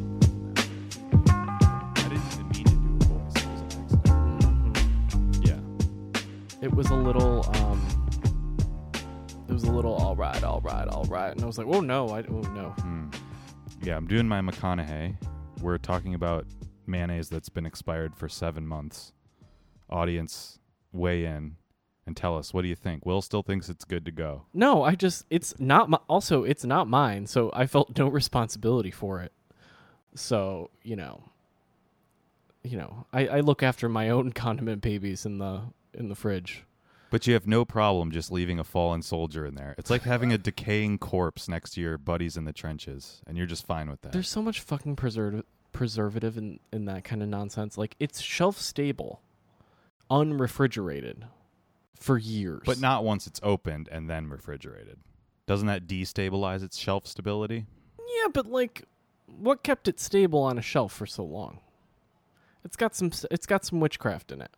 Mm-hmm. um, that, and I was like, oh no, I oh no. Hmm. Yeah, I'm doing my McConaughey. We're talking about mayonnaise that's been expired for seven months. Audience, weigh in and tell us what do you think. Will still thinks it's good to go. No, I just it's not my, also it's not mine, so I felt no responsibility for it. So, you know, you know, I, I look after my own condiment babies in the in the fridge. But you have no problem just leaving a fallen soldier in there. It's like having a decaying corpse next to your buddies in the trenches, and you're just fine with that. There's so much fucking preserv- preservative in, in that kind of nonsense. Like it's shelf stable, unrefrigerated for years. but not once it's opened and then refrigerated. Doesn't that destabilize its shelf stability? Yeah, but like, what kept it stable on a shelf for so long? It's got some. It's got some witchcraft in it.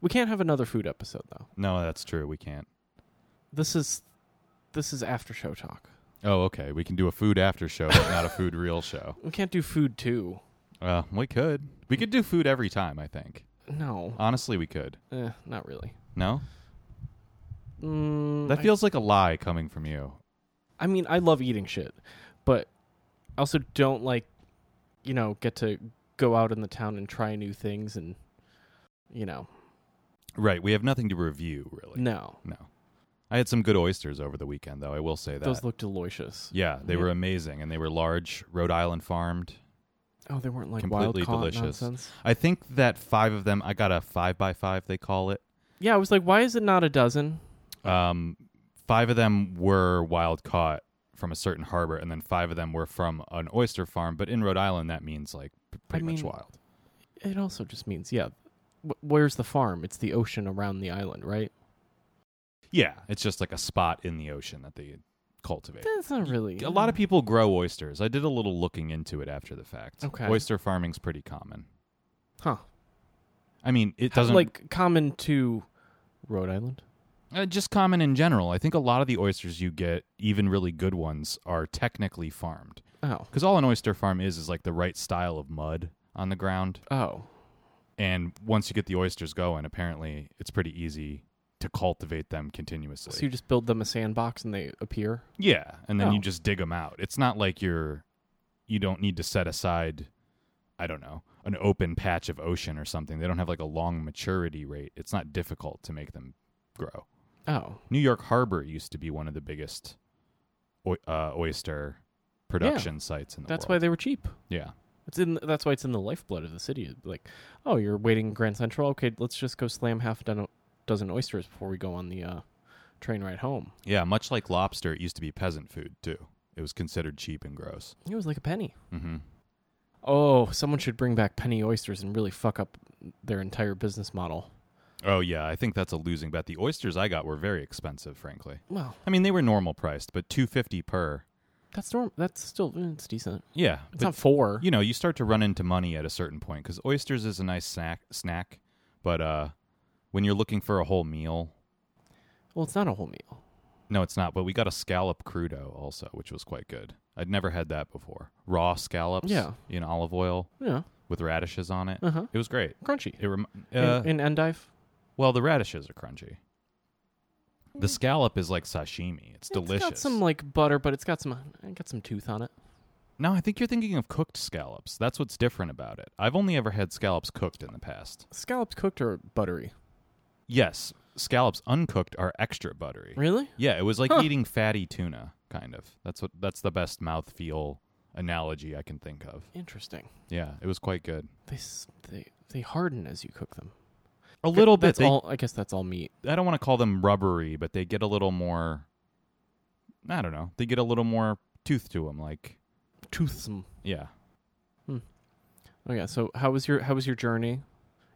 We can't have another food episode though. No, that's true. We can't. This is, this is after show talk. Oh, okay. We can do a food after show, but not a food real show. We can't do food too. Uh, we could. We could do food every time, I think. No, Honestly, we could. eh, not really. No? Mm, That I- feels like a lie coming from you. I mean, I love eating shit, but I also don't like, you know, get to go out in the town and try new things and, you know, Right. We have nothing to review, really. no, No. I had some good oysters over the weekend, though. I will say that. those look delicious. yeah, they Yeah. were amazing, and they were large, Rhode Island farmed. Oh, they weren't like Completely wild caught delicious. nonsense. I think that five of them. I got a five by five. They call it. Yeah, I was like, why is it not a dozen? Um, five of them were wild caught from a certain harbor, and then five of them were from an oyster farm. But in Rhode Island, that means like p- pretty much mean- wild. It also just means, yeah, wh- where's the farm? It's the ocean around the island, right? Yeah, it's just like a spot in the ocean that they cultivate. That's not really. A lot of people grow oysters. I did a little looking into it after the fact. Okay. Oyster farming's pretty common. Huh. I mean, it How- doesn't like common to Rhode Island. Uh, just common in general. I think a lot of the oysters you get, even really good ones, are technically farmed. Oh. Because all an oyster farm is is like the right style of mud on the ground. Oh. And once you get the oysters going, apparently it's pretty easy to cultivate them continuously. So you just build them a sandbox and they appear? yeah, and then Oh. you just dig them out. It's not like you're you don't need to set aside, I don't know, an open patch of ocean or something. They don't have like a long maturity rate. It's not difficult to make them grow. Oh. New York Harbor used to be one of the biggest oy- uh, oyster production sites in the That's why world. they were cheap. Why yeah, It's in. That's why it's in the lifeblood of the city. Like, oh, you're waiting in Grand Central. Okay, let's just go slam half a dozen- dozen oysters before we go on the uh, train ride home. yeah. Much like lobster, it used to be peasant food too. It was considered cheap and gross. It was like a penny. Mm-hmm. Oh, someone should bring back penny oysters and really fuck up their entire business model. Oh yeah, I think that's a losing bet. The oysters I got were very expensive, frankly. Well, I mean, they were normal priced, but two fifty per. that's norm. That's still mm, it's decent. Yeah, It's but, not four. you know, you start to run into money at a certain point because oysters is a nice snack. Snack, but uh, when you're looking for a whole meal, well, it's not a whole meal. No, it's not. But we got a scallop crudo also, which was quite good. I'd never had that before. Raw scallops, Yeah. in olive oil Yeah, with radishes on it. uh huh. It was great. Crunchy. It rem- uh, in, in Endive, well, the radishes are crunchy. The scallop is like sashimi. It's delicious. Mm. It's got some like butter, but it's got some it got some tooth on it. no, I think you're thinking of cooked scallops. That's what's different about it. I've only ever had scallops cooked in the past. Scallops cooked or buttery? Yes, scallops uncooked are extra buttery. Really? Yeah, it was like Huh. eating fatty tuna, kind of. That's what. That's the best mouthfeel analogy I can think of. Interesting. Yeah, it was quite good. They s- they they harden as you cook them. A little bit. That's They, all. I guess that's all meat. I don't want to call them rubbery, but they get a little more. I don't know. They get a little more tooth to them. Like, Toothsome. yeah. Oh yeah. So how was your how was your journey?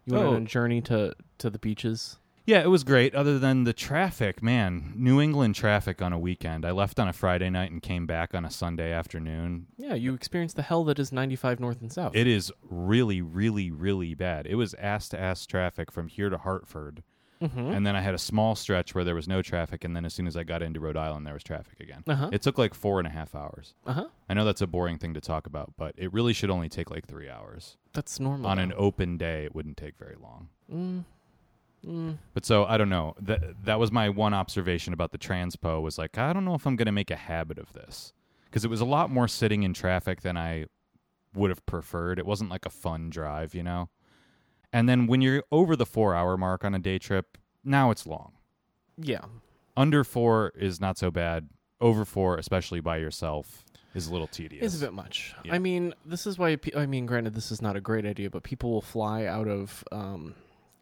You went Oh. on a journey to to the beaches. Yeah, it was great. Other than the traffic, man, New England traffic on a weekend. I left on a Friday night and came back on a Sunday afternoon. Yeah, you experience the hell that is 95 north and south. It is really, really, really bad. It was ass to ass traffic from here to Hartford. mm-hmm. And then I had a small stretch where there was no traffic. And then as soon as I got into Rhode Island, there was traffic again. Uh huh. It took like four and a half hours. Uh huh. I know that's a boring thing to talk about, but it really should only take like three hours. That's normal. On an though. open day, it wouldn't take very long. Mm, Mm, But so I don't know. That that was my one observation about the transpo was like I don't know if I'm going to make a habit of this because it was a lot more sitting in traffic than I would have preferred. It wasn't like a fun drive, you know. And then when you're over the 4-hour mark on a day trip, now it's long. yeah. Under 4 is not so bad. Over 4, especially by yourself, is a little tedious. It's a bit much. Yeah. I mean, this is why. Pe- I mean, granted, this is not a great idea, but people will fly out of um,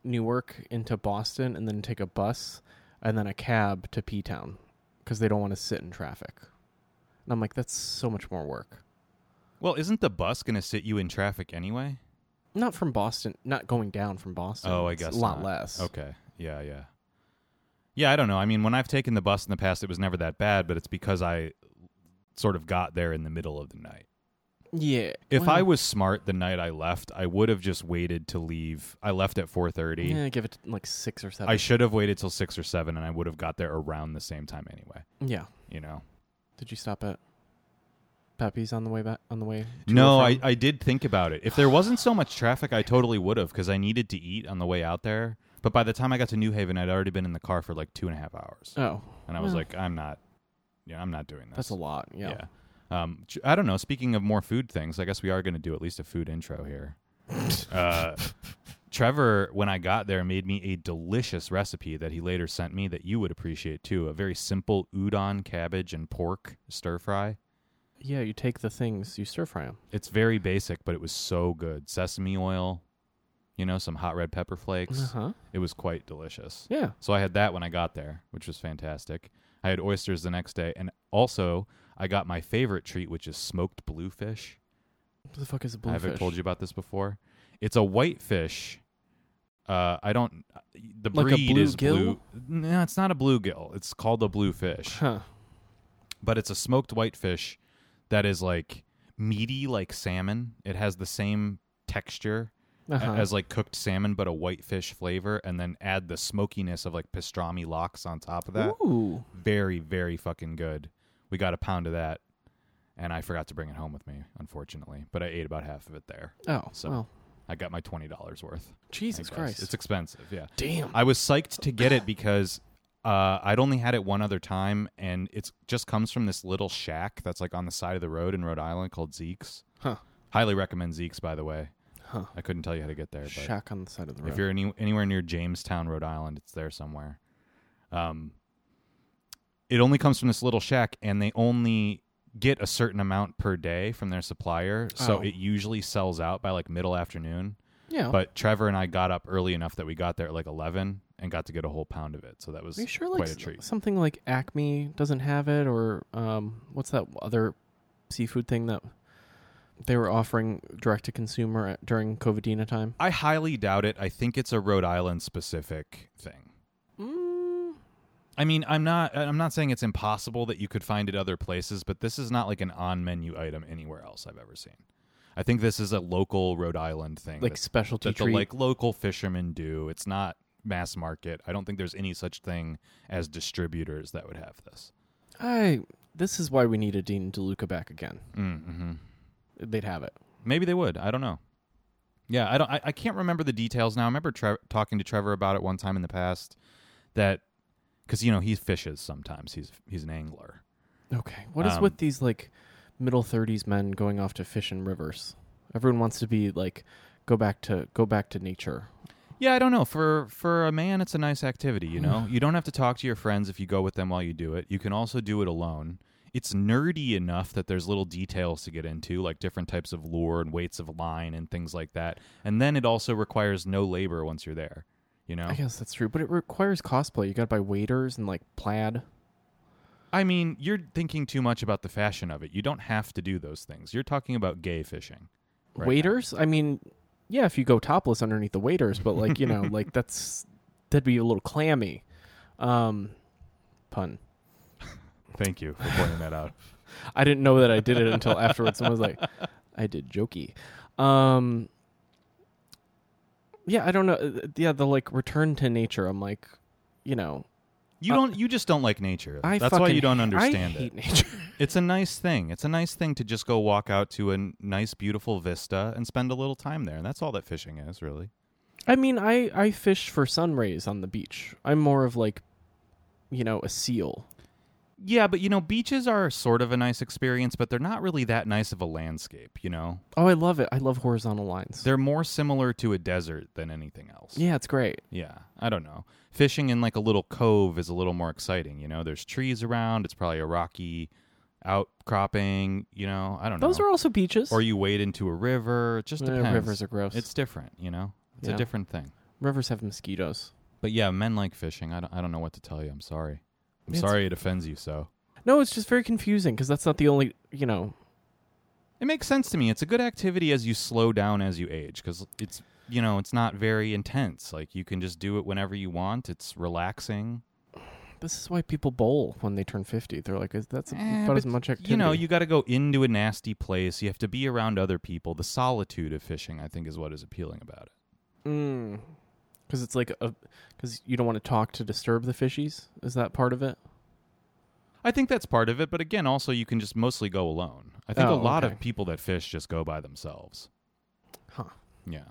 Newark into Boston and then take a bus and then a cab to P Town because they don't want to sit in traffic. And I'm like, that's so much more work. Well, isn't the bus going to sit you in traffic anyway? Not from Boston. Not going down from Boston. Oh, I It's guess a lot not. less. Okay. Yeah, yeah. Yeah, I don't know. I mean, when I've taken the bus in the past, it was never that bad, but it's because I sort of got there in the middle of the night. Yeah. If well, I was smart the night I left, I would have just waited to leave. I left at 4:30. yeah, give it like six or seven. I should have waited till 6 or 7 and I would have got there around the same time anyway, yeah. you know. Did you stop at Pepe's on the way back? On the way? to No, or I, from? I did think about it. If there wasn't so much traffic, I totally would have because I needed to eat on the way out there. But by the time I got to New Haven, I'd already been in the car for like two and a half hours, Oh, and I was well. like, I'm not, yeah, I'm not doing this. that's a lot. Yeah. Um, tr- I don't know. Speaking of more food things, I guess we are going to do at least a food intro here. uh, Trevor, when I got there, made me a delicious recipe that he later sent me that you would appreciate too. A very simple udon, cabbage, and pork stir fry. Yeah, you take the things, you stir fry them. It's very basic, but it was so good. Sesame oil, you know, some hot red pepper flakes. Uh-huh. It was quite delicious. Yeah. So I had that when I got there, which was fantastic. I had oysters the next day, and also I got my favorite treat, which is smoked bluefish. What the fuck is I a bluefish? haven't told you about this before. It's a white fish. Uh, I don't. The Like a breed is blue. bluegill? No, it's not a bluegill. It's called a bluefish Huh. but it's a smoked whitefish that is like meaty like salmon. It has the same texture a- Uh-huh. as like cooked salmon, but a whitefish flavor, and then add the smokiness of like pastrami locks on top of that. Ooh. Very, very fucking good. We got a pound of that, and I forgot to bring it home with me, unfortunately, but I ate about half of it there. Oh. So- well, I got my $20 worth. I Jesus guess. Christ. It's expensive, yeah. Damn. I was psyched to get it because uh, I'd only had it one other time, and it just comes from this little shack that's like on the side of the road in Rhode Island called Zeke's. Huh. Highly recommend Zeke's, by the way. Huh. I couldn't tell you how to get there, but Shack on the side of the road. if you're any, anywhere near Jamestown, Rhode Island, it's there somewhere. Um, it only comes from this little shack, and they only get a certain amount per day from their supplier, so Oh. it usually sells out by like middle afternoon. yeah. But Trevor and I got up early enough that we got there at like 11 and got to get a whole pound of it. So that was Are you sure like quite a s- treat. something like Acme doesn't have it or um what's that other seafood thing that they were offering direct to consumer at, during Covidina time? I highly doubt it. I think it's a Rhode Island specific thing. Mm, I mean, I'm not I'm not saying it's impossible that you could find it other places, but this is not like an on-menu item anywhere else I've ever seen. I think this is a local Rhode Island thing like that, specialty that the treat. like local fishermen do. It's not mass market. I don't think there's any such thing as distributors that would have this. I this is why we need a Dean DeLuca back again. Mm-hmm. They'd have it. Maybe they would. I don't know. Yeah, I don't. I, I can't remember the details now. I remember tre- talking to Trevor about it one time in the past. That because you know he fishes sometimes. He's he's an angler. Okay. What is Um, with these like middle thirties men going off to fish in rivers? Everyone wants to be like go back to go back to nature. Yeah, I don't know. For for a man, it's a nice activity. You know, you don't have to talk to your friends if you go with them while you do it. You can also do it alone. It's nerdy enough that there's little details to get into, like different types of lure and weights of line and things like that. And then it also requires no labor once you're there. You know, I guess that's true, but it requires cosplay. You got to buy waders and like plaid. I mean, you're thinking too much about the fashion of it. You don't have to do those things. You're talking about gay fishing. right now. waders? I mean, yeah, if you go topless underneath the waders, but like, you know, like that's that'd be a little clammy. Um pun. Thank you for pointing that out. I didn't know that I did it until afterwards. Someone was like, "I did jokey." Um, yeah, I don't know. Uh, Yeah, the like return to nature. I'm like, you know, You Uh, don't. You just don't like nature. I That's why fucking you don't ha- understand I it. hate nature. It's a nice thing. It's a nice thing to just go walk out to a n- nice, beautiful vista and spend a little time there. And that's all that fishing is, really. I mean, I I fish for sun rays on the beach. I'm more of like, you know, a seal. Yeah, but you know, beaches are sort of a nice experience, but they're not really that nice of a landscape, you know? Oh, I love it. I love horizontal lines. They're more similar to a desert than anything else. yeah, it's great. Yeah, I don't know. Fishing in like a little cove is a little more exciting, you know? There's trees around, it's probably a rocky outcropping, you know? I don't Those know. are also beaches. or you wade into a river, it just Eh, depends. rivers are gross. It's different, you know? It's a Yeah. different thing. Rivers have mosquitoes. But yeah, men like fishing. I don't, I don't know what to tell you. I'm sorry. I'm It's- sorry it offends you so. No, it's just very confusing because that's not the only you know. It makes sense to me. It's a good activity as you slow down as you age because it's you know it's not very intense. Like you can just do it whenever you want. It's relaxing. This is why people bowl when they turn fifty. They're like, "Is- that's Eh, about as but, much activity. You know, you got to go into a nasty place. You have to be around other people. The solitude of fishing, I think, is what is appealing about it. Mm. Because it's like a, because you don't want to talk to disturb the fishies. Is that part of it? I think that's part of it. But again, also you can just mostly go alone. I think Oh, a lot okay. of people that fish just go by themselves. Huh. Yeah.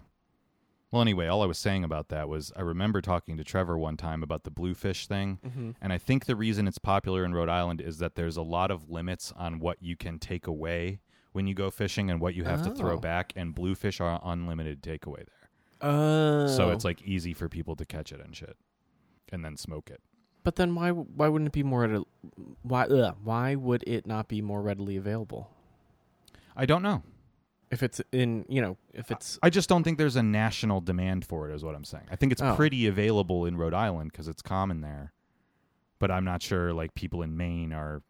Well, anyway, all I was saying about that was I remember talking to Trevor one time about the bluefish thing. Mm-hmm. And I think the reason it's popular in Rhode Island is that there's a lot of limits on what you can take away when you go fishing and what you have to throw Oh. back. And bluefish are unlimited takeaway there. Oh. So it's like easy for people to catch it and shit and then smoke it. But then why w- why wouldn't it be more readily, why ugh, why would it not be more readily available I don't know. if it's in you know if it's I just don't think there's a national demand for it, is what I'm saying. I think it's Oh. pretty available in Rhode Island because it's common there. But I'm not sure like people in Maine are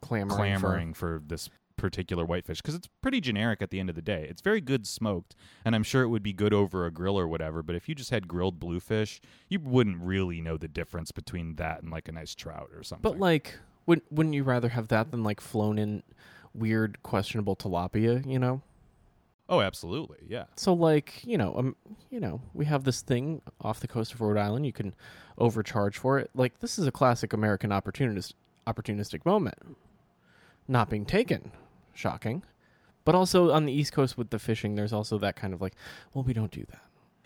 clamoring? for- clamoring for this particular whitefish because it's pretty generic at the end of the day. It's very good smoked, and I'm sure it would be good over a grill or whatever. But if you just had grilled bluefish, you wouldn't really know the difference between that and like a nice trout or something. but like would wouldn't you rather have that than like flown in weird questionable tilapia? You know. oh, absolutely, yeah. So like you know um you know we have this thing off the coast of Rhode Island. You can overcharge for it. Like this is a classic American opportunist opportunistic moment, not being taken. Shocking. But also on the East Coast with the fishing, there's also that kind of like, well, we don't do that.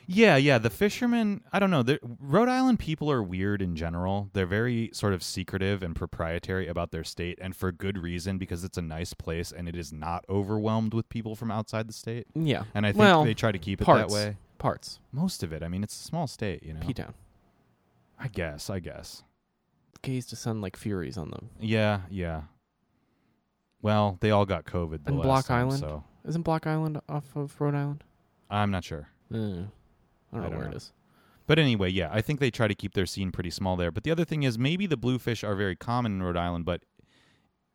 Yeah, yeah. The fishermen, I don't know. they're- Rhode Island people are weird in general. They're very sort of secretive and proprietary about their state, and for good reason because it's a nice place and it is not overwhelmed with people from outside the state. Yeah. And I think Well, they try to keep it parts. that way. Parts. most of it. I mean, it's a small state, you know. P Town. I guess, I guess. Gays descend like furies on them. Yeah, yeah. Well, they all got COVID. The And last Block time, Island? So Isn't Block Island off of Rhode Island? I'm not sure. Mm. I don't know I don't where know. it is. But anyway, yeah, I think they try to keep their scene pretty small there. But the other thing is maybe the bluefish are very common in Rhode Island, but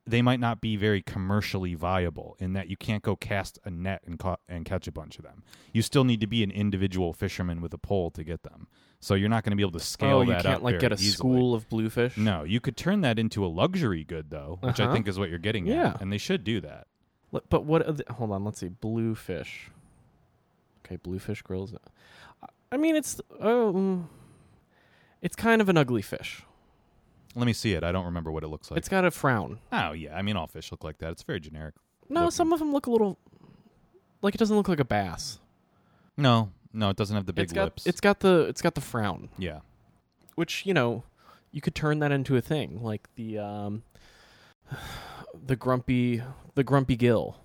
they might not be very commercially viable in that you can't go cast a net and ca- and catch a bunch of them. You still need to be an individual fisherman with a pole to get them. So you're not going to be able to scale oh, that you up. can't like very get a easily. school of bluefish. No, you could turn that into a luxury good though, which I Uh-huh. think is what you're getting Yeah. at. And they should do that. L- But what? Are the, hold on. Let's see. Bluefish. Okay, bluefish grills. I mean, it's um, it's kind of an ugly fish. Let me see it. I don't remember what it looks like. it's got a frown. oh yeah, I mean all fish look like that. It's very generic. No, Looking- some of them look a little like it doesn't look like a bass. No, no, it doesn't have the big it's got lips. it's got the it's got the frown. yeah. which you know you could turn that into a thing like the um the grumpy the grumpy gill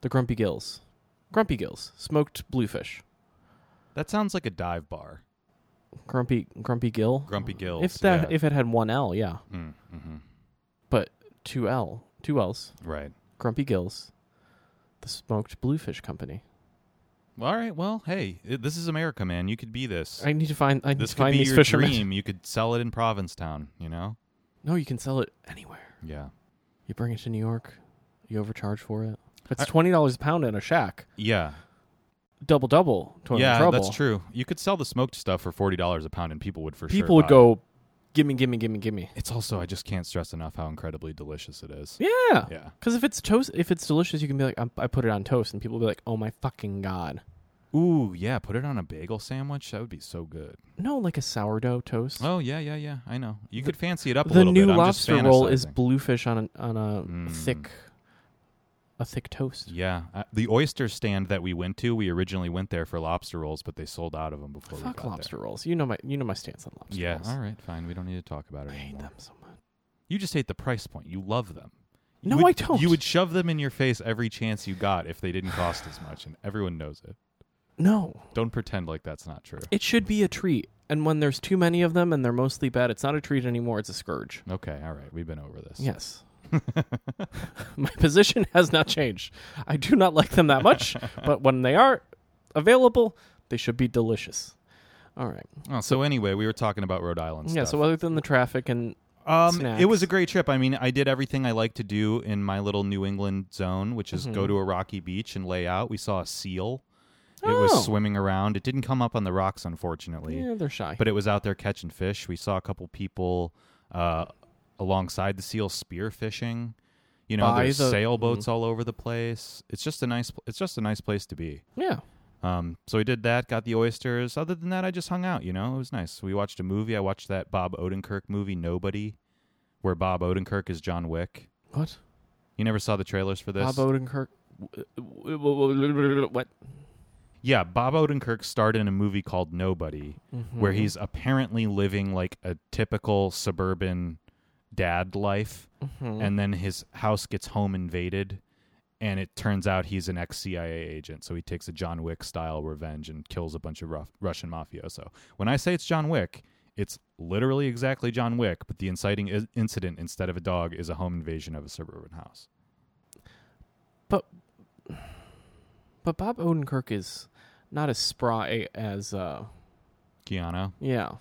the grumpy gills grumpy gills smoked bluefish That sounds like a dive bar. grumpy grumpy gill Grumpy gills. if that yeah. if it had one l yeah Mm, mhm. but two l two l's Right. grumpy gills the smoked bluefish company Well, all right. Well, hey, i this is America, man. You could be this. i need to find i need this to could find be these your fishermen dream. You could sell it in Provincetown. You know. no you can sell it anywhere Yeah. you bring it to new york you overcharge for it I- it's twenty dollars a pound in a shack Yeah. double double total yeah. trouble That's true. You could sell the smoked stuff for forty dollars a pound, and people would for sure. people would buy it. go, gimme, gimme, gimme, gimme. It's also I just can't stress enough how incredibly delicious it is. Yeah. Yeah. Because if it's toast, if it's delicious, you can be like, I'm, I put it on toast, and people will be like, oh my fucking god. Ooh, yeah, put it on a bagel sandwich. That would be so good. No, like a sourdough toast. Oh, yeah, yeah, yeah. I know. You could fancy it up a the little new bit. I'm just Hmm. lobster roll is fantasizing. bluefish on a, on a Mm. thick a thick toast. Yeah, uh, the oyster stand that we went to, we originally went there for lobster rolls, but they sold out of them before we Fuck got lobster rolls. You know my you know my stance on there. lobster Yeah, rolls. all right, fine. We don't need to talk about it I hate anymore. them so much. You just hate the price point. You love them. You No, would- I don't. You would shove them in your face every chance you got if they didn't cost as much, and everyone knows it. No, Don't pretend like that's not true. it should be a treat. And when there's too many of them and they're mostly bad, it's not a treat anymore. It's a scourge. Okay, all right. We've been over this. Yes. My position has not changed. I do not like them that much, but when they are available, they should be delicious. All right. Oh, so anyway, we were talking about Rhode Island. Yeah, stuff. so other than the traffic and Um, Snacks. it was a great trip. I mean, I did everything I like to do in my little New England zone, which is Mm-hmm. go to a rocky beach and lay out. We saw a seal. It Oh. was swimming around. It didn't come up on the rocks, unfortunately, yeah, they're shy. but it was out there catching fish. We saw a couple people uh, alongside the seal spear fishing. You know, By there's the- Mm-hmm. sailboats all over the place. It's just a nice. It's just a nice place to be. yeah. Um, so we did that, got the oysters. Other than that, I just hung out. You know, it was nice. We watched a movie. I watched that Bob Odenkirk movie, Nobody, where Bob Odenkirk is John Wick. What? You never saw the trailers for this? Bob Odenkirk. What? yeah, Bob Odenkirk starred in a movie called Nobody, Mm-hmm. where he's apparently living like a typical suburban dad life, Mm-hmm. and then his house gets home invaded. And it turns out he's an ex CIA agent, so he takes a John Wick style revenge and kills a bunch of rough Russian mafioso. When I say it's John Wick, it's literally exactly John Wick, but the inciting I- incident instead of a dog is a home invasion of a suburban house. But but Bob Odenkirk is not as spry as uh Keanu, yeah,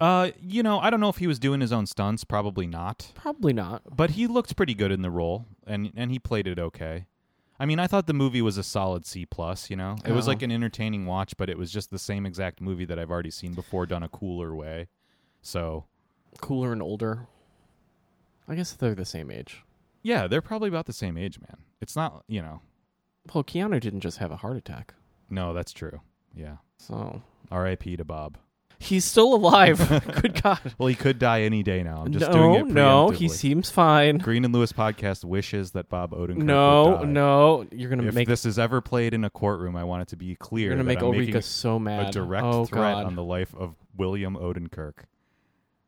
uh, you know, I don't know if he was doing his own stunts, probably not. probably not. but he looked pretty good in the role and and he played it okay i mean i thought the movie was a solid c plus you know it was Oh. like an entertaining watch but it was just the same exact movie that i've already seen before done a cooler way so Cooler and older. I guess they're the same age. yeah they're probably about the same age man it's not you know Well, Keanu didn't just have a heart attack. no that's true yeah So rip to bob he's still alive. Good God. well he could die any day now i'm just no, doing it no, he preemptively. seems fine. green and lewis podcast wishes that bob odenkirk would No, die. no, you're gonna if make this is ever played in a courtroom i want it to be clear you're gonna that make I'm making Ulrika so mad. a direct oh, threat God. on the life of William Odenkirk.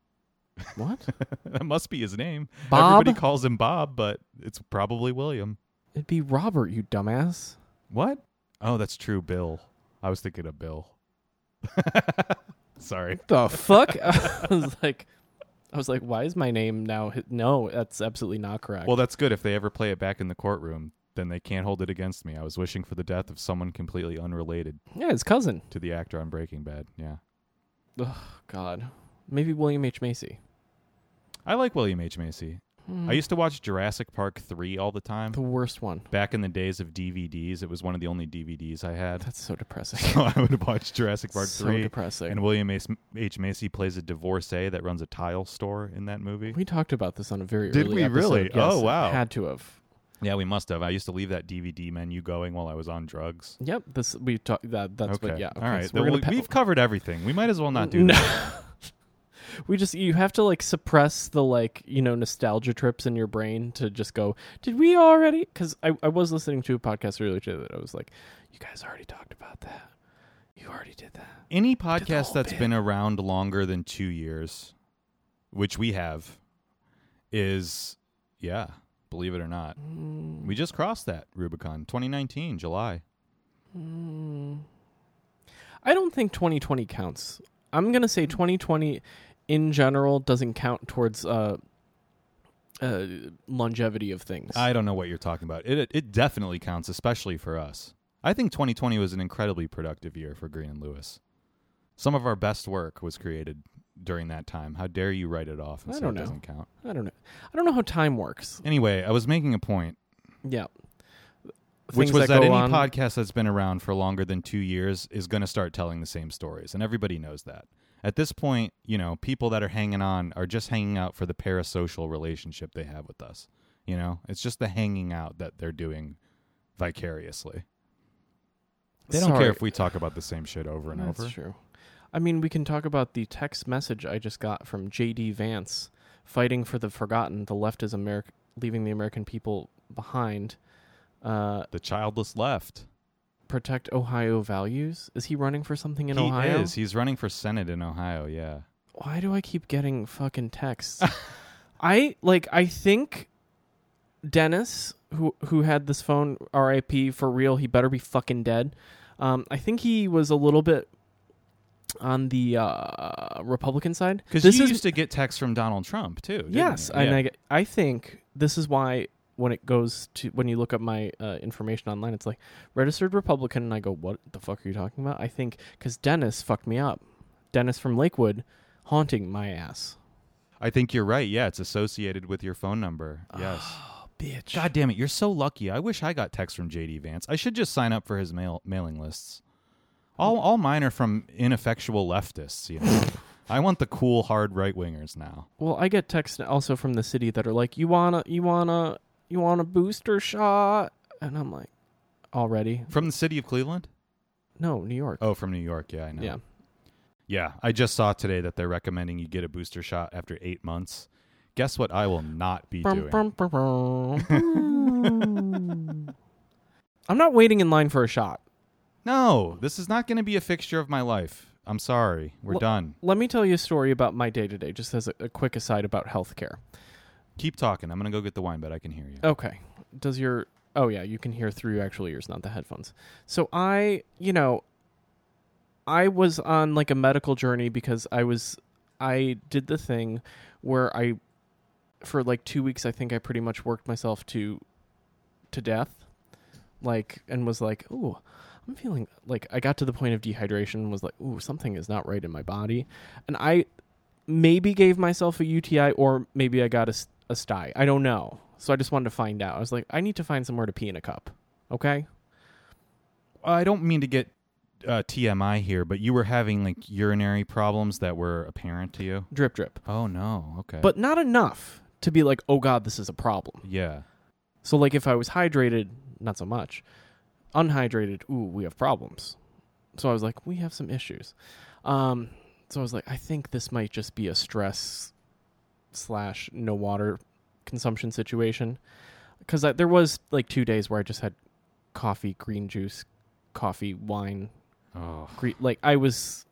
what? that must be his name. Bob? Everybody calls him Bob, but it's probably William. It'd be Robert, you dumbass. What? Oh, that's true, Bill. I was thinking of Bill. Sorry. the fuck? I was like, I was like, why is my name now? hi- No, that's absolutely not correct. Well, that's good. If they ever play it back in the courtroom, then they can't hold it against me. I was wishing for the death of someone completely unrelated yeah, his cousin. Oh, to the actor on Breaking Bad. Yeah. God, maybe William H Macy. I like William H. Macy. I used to watch Jurassic Park 3 all the time. Mm. The worst one. Back in the days of DVDs, it was one of the only DVDs I had. That's so depressing. So I would watch Jurassic Park so 3. depressing. And William H. H. Macy plays a divorcee that runs a tile store in that movie. we talked about this on a very Did early we episode. really? Yes, Oh, it wow. had to have. Yeah, we must have. I used to leave that DVD menu going while I was on drugs. Yep. This we talked. That that's okay. what. Yeah. Okay, All right. So we're Then gonna we- pa- we've covered everything. We might as well not do No. that. we just you have to like suppress the like you know nostalgia trips in your brain to just go did we already because I, I was listening to a podcast earlier today that i was like you guys already talked about that you already did that Any the podcast whole that's bit. been around longer than two years, which we have, is, yeah, believe it or not, we just crossed that Rubicon 2019, July. i don't think 2020 counts i'm gonna say 2020 in general doesn't count towards uh uh longevity of things I don't know what you're talking about. It it definitely counts, especially for us. I think 2020 was an incredibly productive year for Green and Lewis. Some of our best work was created during that time. How dare you write it off and I say don't it know. doesn't count? I don't know i don't know how time works Anyway, I was making a point, yeah which Things was that, go any on- podcast that's been around for longer than two years is going to start telling the same stories, and everybody knows that. At this point, you know, people that are hanging on are just hanging out for the parasocial relationship they have with us. You know, it's just the hanging out that they're doing vicariously. They don't Sorry. care if we talk about the same shit over and That's over. true. I mean, we can talk about the text message I just got from J.D. Vance, fighting for the forgotten. The left is America, leaving the American people behind. Uh, The childless left. protect Ohio values. Is he running for something in he Ohio? is. He's running for senate in Ohio. Yeah. Why do I keep getting fucking texts? I like I think Dennis who who had this phone RIP for real, he better be fucking dead. Um I think he was a little bit on the uh Republican side. Because This you is- used to get texts from Donald Trump too. didn't Yes, you? and Yeah. I, I think this is why when it goes to when you look up my uh, information online, it's like registered Republican, and I go, "What the fuck are you talking about?" I think because Dennis fucked me up. Dennis from Lakewood, haunting my ass. I think you're right. Yeah, it's associated with your phone number. Yes. Oh, bitch. Ah, God damn it, you're so lucky. I wish I got texts from JD Vance. I should just sign up for his mail mailing lists. All all mine are from ineffectual leftists, you know. I want the cool hard right wingers now. Well, I get texts also from the city that are like, "You wanna, you wanna, you want a booster shot?" And I'm like, "Already? From the city of Cleveland? No, New York." Oh, from New York, yeah, I know. yeah. Yeah, I just saw today that they're recommending you get a booster shot after eight months. Guess what I will not be Brum, doing? brum, brum, brum. I'm not waiting in line for a shot. No, this is not gonna be a fixture of my life. I'm sorry. We're Well- done. Let me tell you a story about my day to day, just as a, a quick aside about healthcare. Keep talking. I'm gonna go get the wine, but I can hear you. Okay. Does your oh yeah, you can hear through your actual ears, not the headphones. So I, you know, I was on like a medical journey because I was I did the thing where I for like two weeks I think I pretty much worked myself to to death. Like and was like, ooh, I'm feeling like I got to the point of dehydration and was like, ooh, something is not right in my body. And I maybe gave myself a UTI or maybe I got a, s- a sty. I don't know. So I just wanted to find out. I was like, I need to find somewhere to pee in a cup. Okay? I don't mean to get uh, TMI here, but you were having like urinary problems that were apparent to you. Drip, drip. Oh no, okay. But not enough to be like, oh God, this is a problem. yeah, So, like, if I was hydrated, not so much. Unhydrated, ooh, we have problems. So I was like, we have some issues. Um, so I was like, I think this might just be a stress slash no water consumption situation. Because there was like two days where I just had coffee, green juice, coffee, wine, oh, gre- like I was,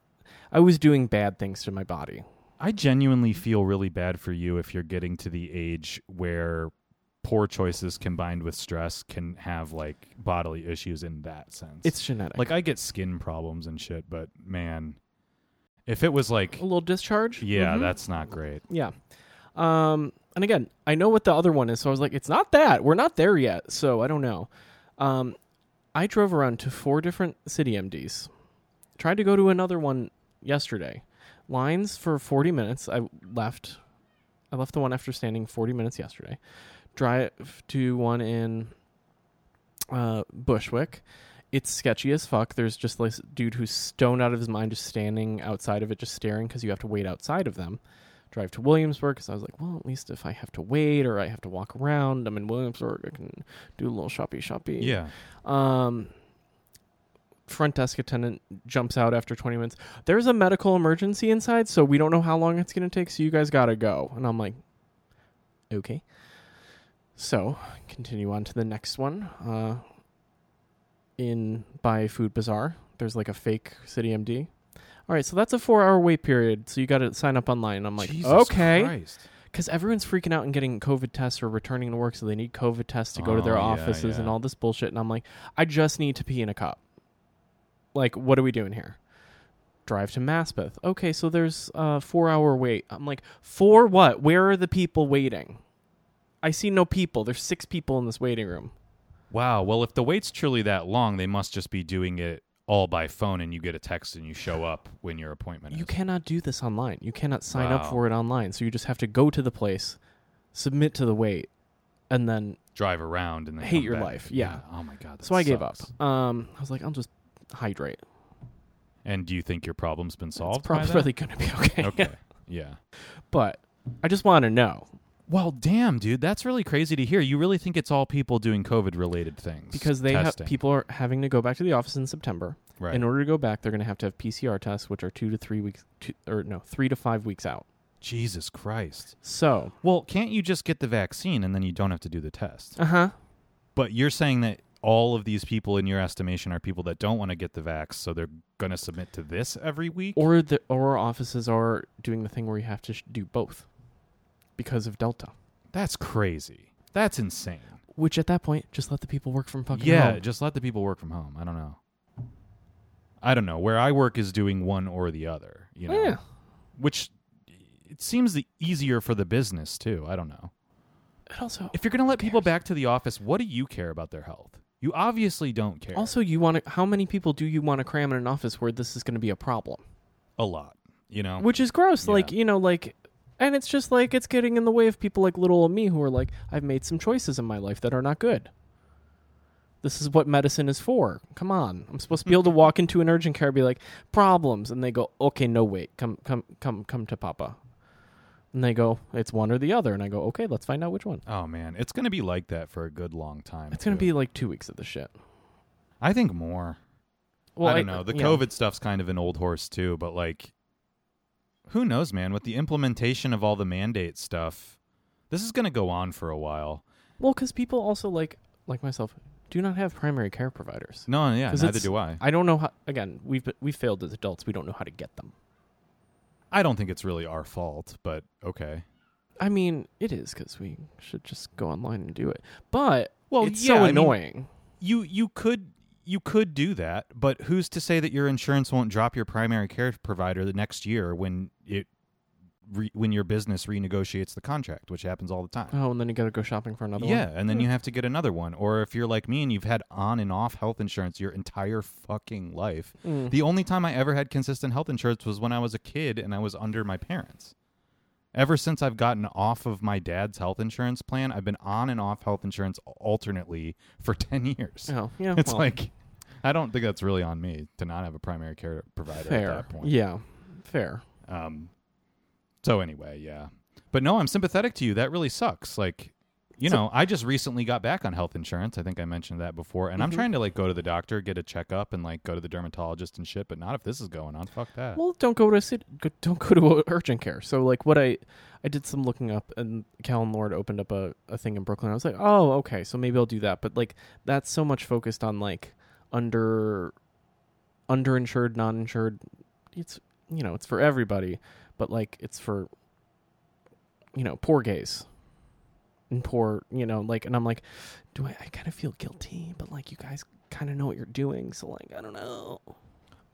I was doing bad things to my body. I genuinely feel really bad for you if you're getting to the age where poor choices combined with stress can have like bodily issues in that sense. It's genetic, like I get skin problems and shit, but man, if it was like, a little discharge. yeah, Mhm. that's not great. yeah. Um, and again, I know what the other one is, so I was like, it's not that. We're not there yet, so I don't know. Um, I drove around to four different city MDs. Tried to go to another one yesterday. Lines for forty minutes. I left. I left the one after standing forty minutes yesterday. Drive to one in uh, Bushwick. It's sketchy as fuck. There's just this dude who's stoned out of his mind, just standing outside of it, just staring because you have to wait outside of them. Drive to Williamsburg because I was like, well, at least if I have to wait or I have to walk around, I'm in Williamsburg. I can do a little shoppy shoppy. Yeah, Um, front desk attendant jumps out after 20 minutes. There's a medical emergency inside, so we don't know how long it's going to take, so you guys got to go. And I'm like, okay. So, continue on to the next one. Uh, in by Food Bazaar, there's like a fake City MD. All right, so that's a four hour wait period, so you got to sign up online. I'm like, Jesus okay Christ. because everyone's freaking out and getting COVID tests or returning to work, so they need COVID tests to go to Oh, their yeah, offices and yeah. all this bullshit. And I'm like, I just need to pee in a cup. Like, what are we doing here? Drive to Maspeth. Okay, so there's a four hour wait. I'm like, for what? Where are the people waiting? I see no people. There's six people in this waiting room. Wow. Well, if the wait's truly that long, they must just be doing it all by phone, and you get a text and you show up when your appointment You is. cannot do this online. You cannot sign up Wow. for it online. So you just have to go to the place, submit to the wait, and then Drive around and then Hate come your back. life, yeah. Oh my god. that so I gave up. sucks. Um, I was like, I'll just hydrate. And do you think your problem's been solved? It's by that? probably going to be okay. okay. yeah. but I just want to know Well, damn, dude, that's really crazy to hear. You really think it's all people doing COVID-related things because they have Testing. people are having to go back to the office in September. Right. In order to go back, they're going to have to have PCR tests, which are two to three weeks, two, or no, three to five weeks out. Jesus Christ. So, Well, can't you just get the vaccine and then you don't have to do the test? uh huh. But you're saying that all of these people in your estimation are people that don't want to get the vax, so they're going to submit to this every week? Or the or offices are doing the thing where you have to sh- do both because of Delta. That's crazy. That's insane. Which at that point, just let the people work from fucking yeah, home. just let the people work from home. I don't know. I don't know. Where I work is doing one or the other, you know. Yeah. Which it seems the easier for the business too. I don't know. And also, If you're going to let people cares? back to the office, what do you care about their health? You obviously don't care. also you want to. How many people do you want to cram in an office where this is going to be a problem? a lot, you know. Which is gross. Yeah. Like you know, like, and it's just like it's getting in the way of people like little old me who are like, I've made some choices in my life that are not good. This is what medicine is for. Come on, I'm supposed to be able to walk into an urgent care and be like, problems, and they go, okay, no wait, come, come, come, come to Papa. And they go, it's one or the other, and I go, okay, let's find out which one. Oh man, it's going to be like that for a good long time. It's gonna too. be like two weeks of this shit. I think more. Well, I don't know. The yeah. COVID stuff's kind of an old horse too, but like who knows, man, with the implementation of all the mandate stuff, this is going to go on for a while. Well, because people also like like myself do not have primary care providers. No, yeah, 'Cause neither it's- do I. I don't know how. Again, we've been, we failed as adults. We don't know how to get them. I don't think it's really our fault, but okay. I mean, it is because we should just go online and do it. But Well, it's yeah, I so mean- annoying. You you could you could do that, but who's to say that your insurance won't drop your primary care provider the next year when it re, when your business renegotiates the contract, which happens all the time. oh, and then you got to go shopping for another yeah, one. and then you have to get another one. Or if you're like me and you've had on and off health insurance your entire fucking life, Mm. the only time I ever had consistent health insurance was when I was a kid and I was under my parents. Ever since I've gotten off of my dad's health insurance plan, I've been on and off health insurance alternately for 10 years. Oh, yeah. it's well, like, I don't think that's really on me to not have a primary care provider fair. at that point. Yeah, fair. Um, so anyway, yeah. But no, I'm sympathetic to you. That really sucks. Like, you So- know, I just recently got back on health insurance. I think I mentioned that before. And I'm Mhm. trying to like go to the doctor, get a checkup, and like go to the dermatologist and shit. But not if this is going on. Fuck that. Well, don't go to sit. go- Don't go to urgent care. So, like, what I I did some looking up, and Callan Lord opened up a, a thing in Brooklyn. I was like, oh, okay, so maybe I'll do that. But like, that's so much focused on like under underinsured, non-insured. It's you know, it's for everybody, but like, it's for you know, poor gays and poor you know, like, and I'm like, do I? I kind of feel guilty, but like, you guys kind of know what you're doing, so like, I don't know.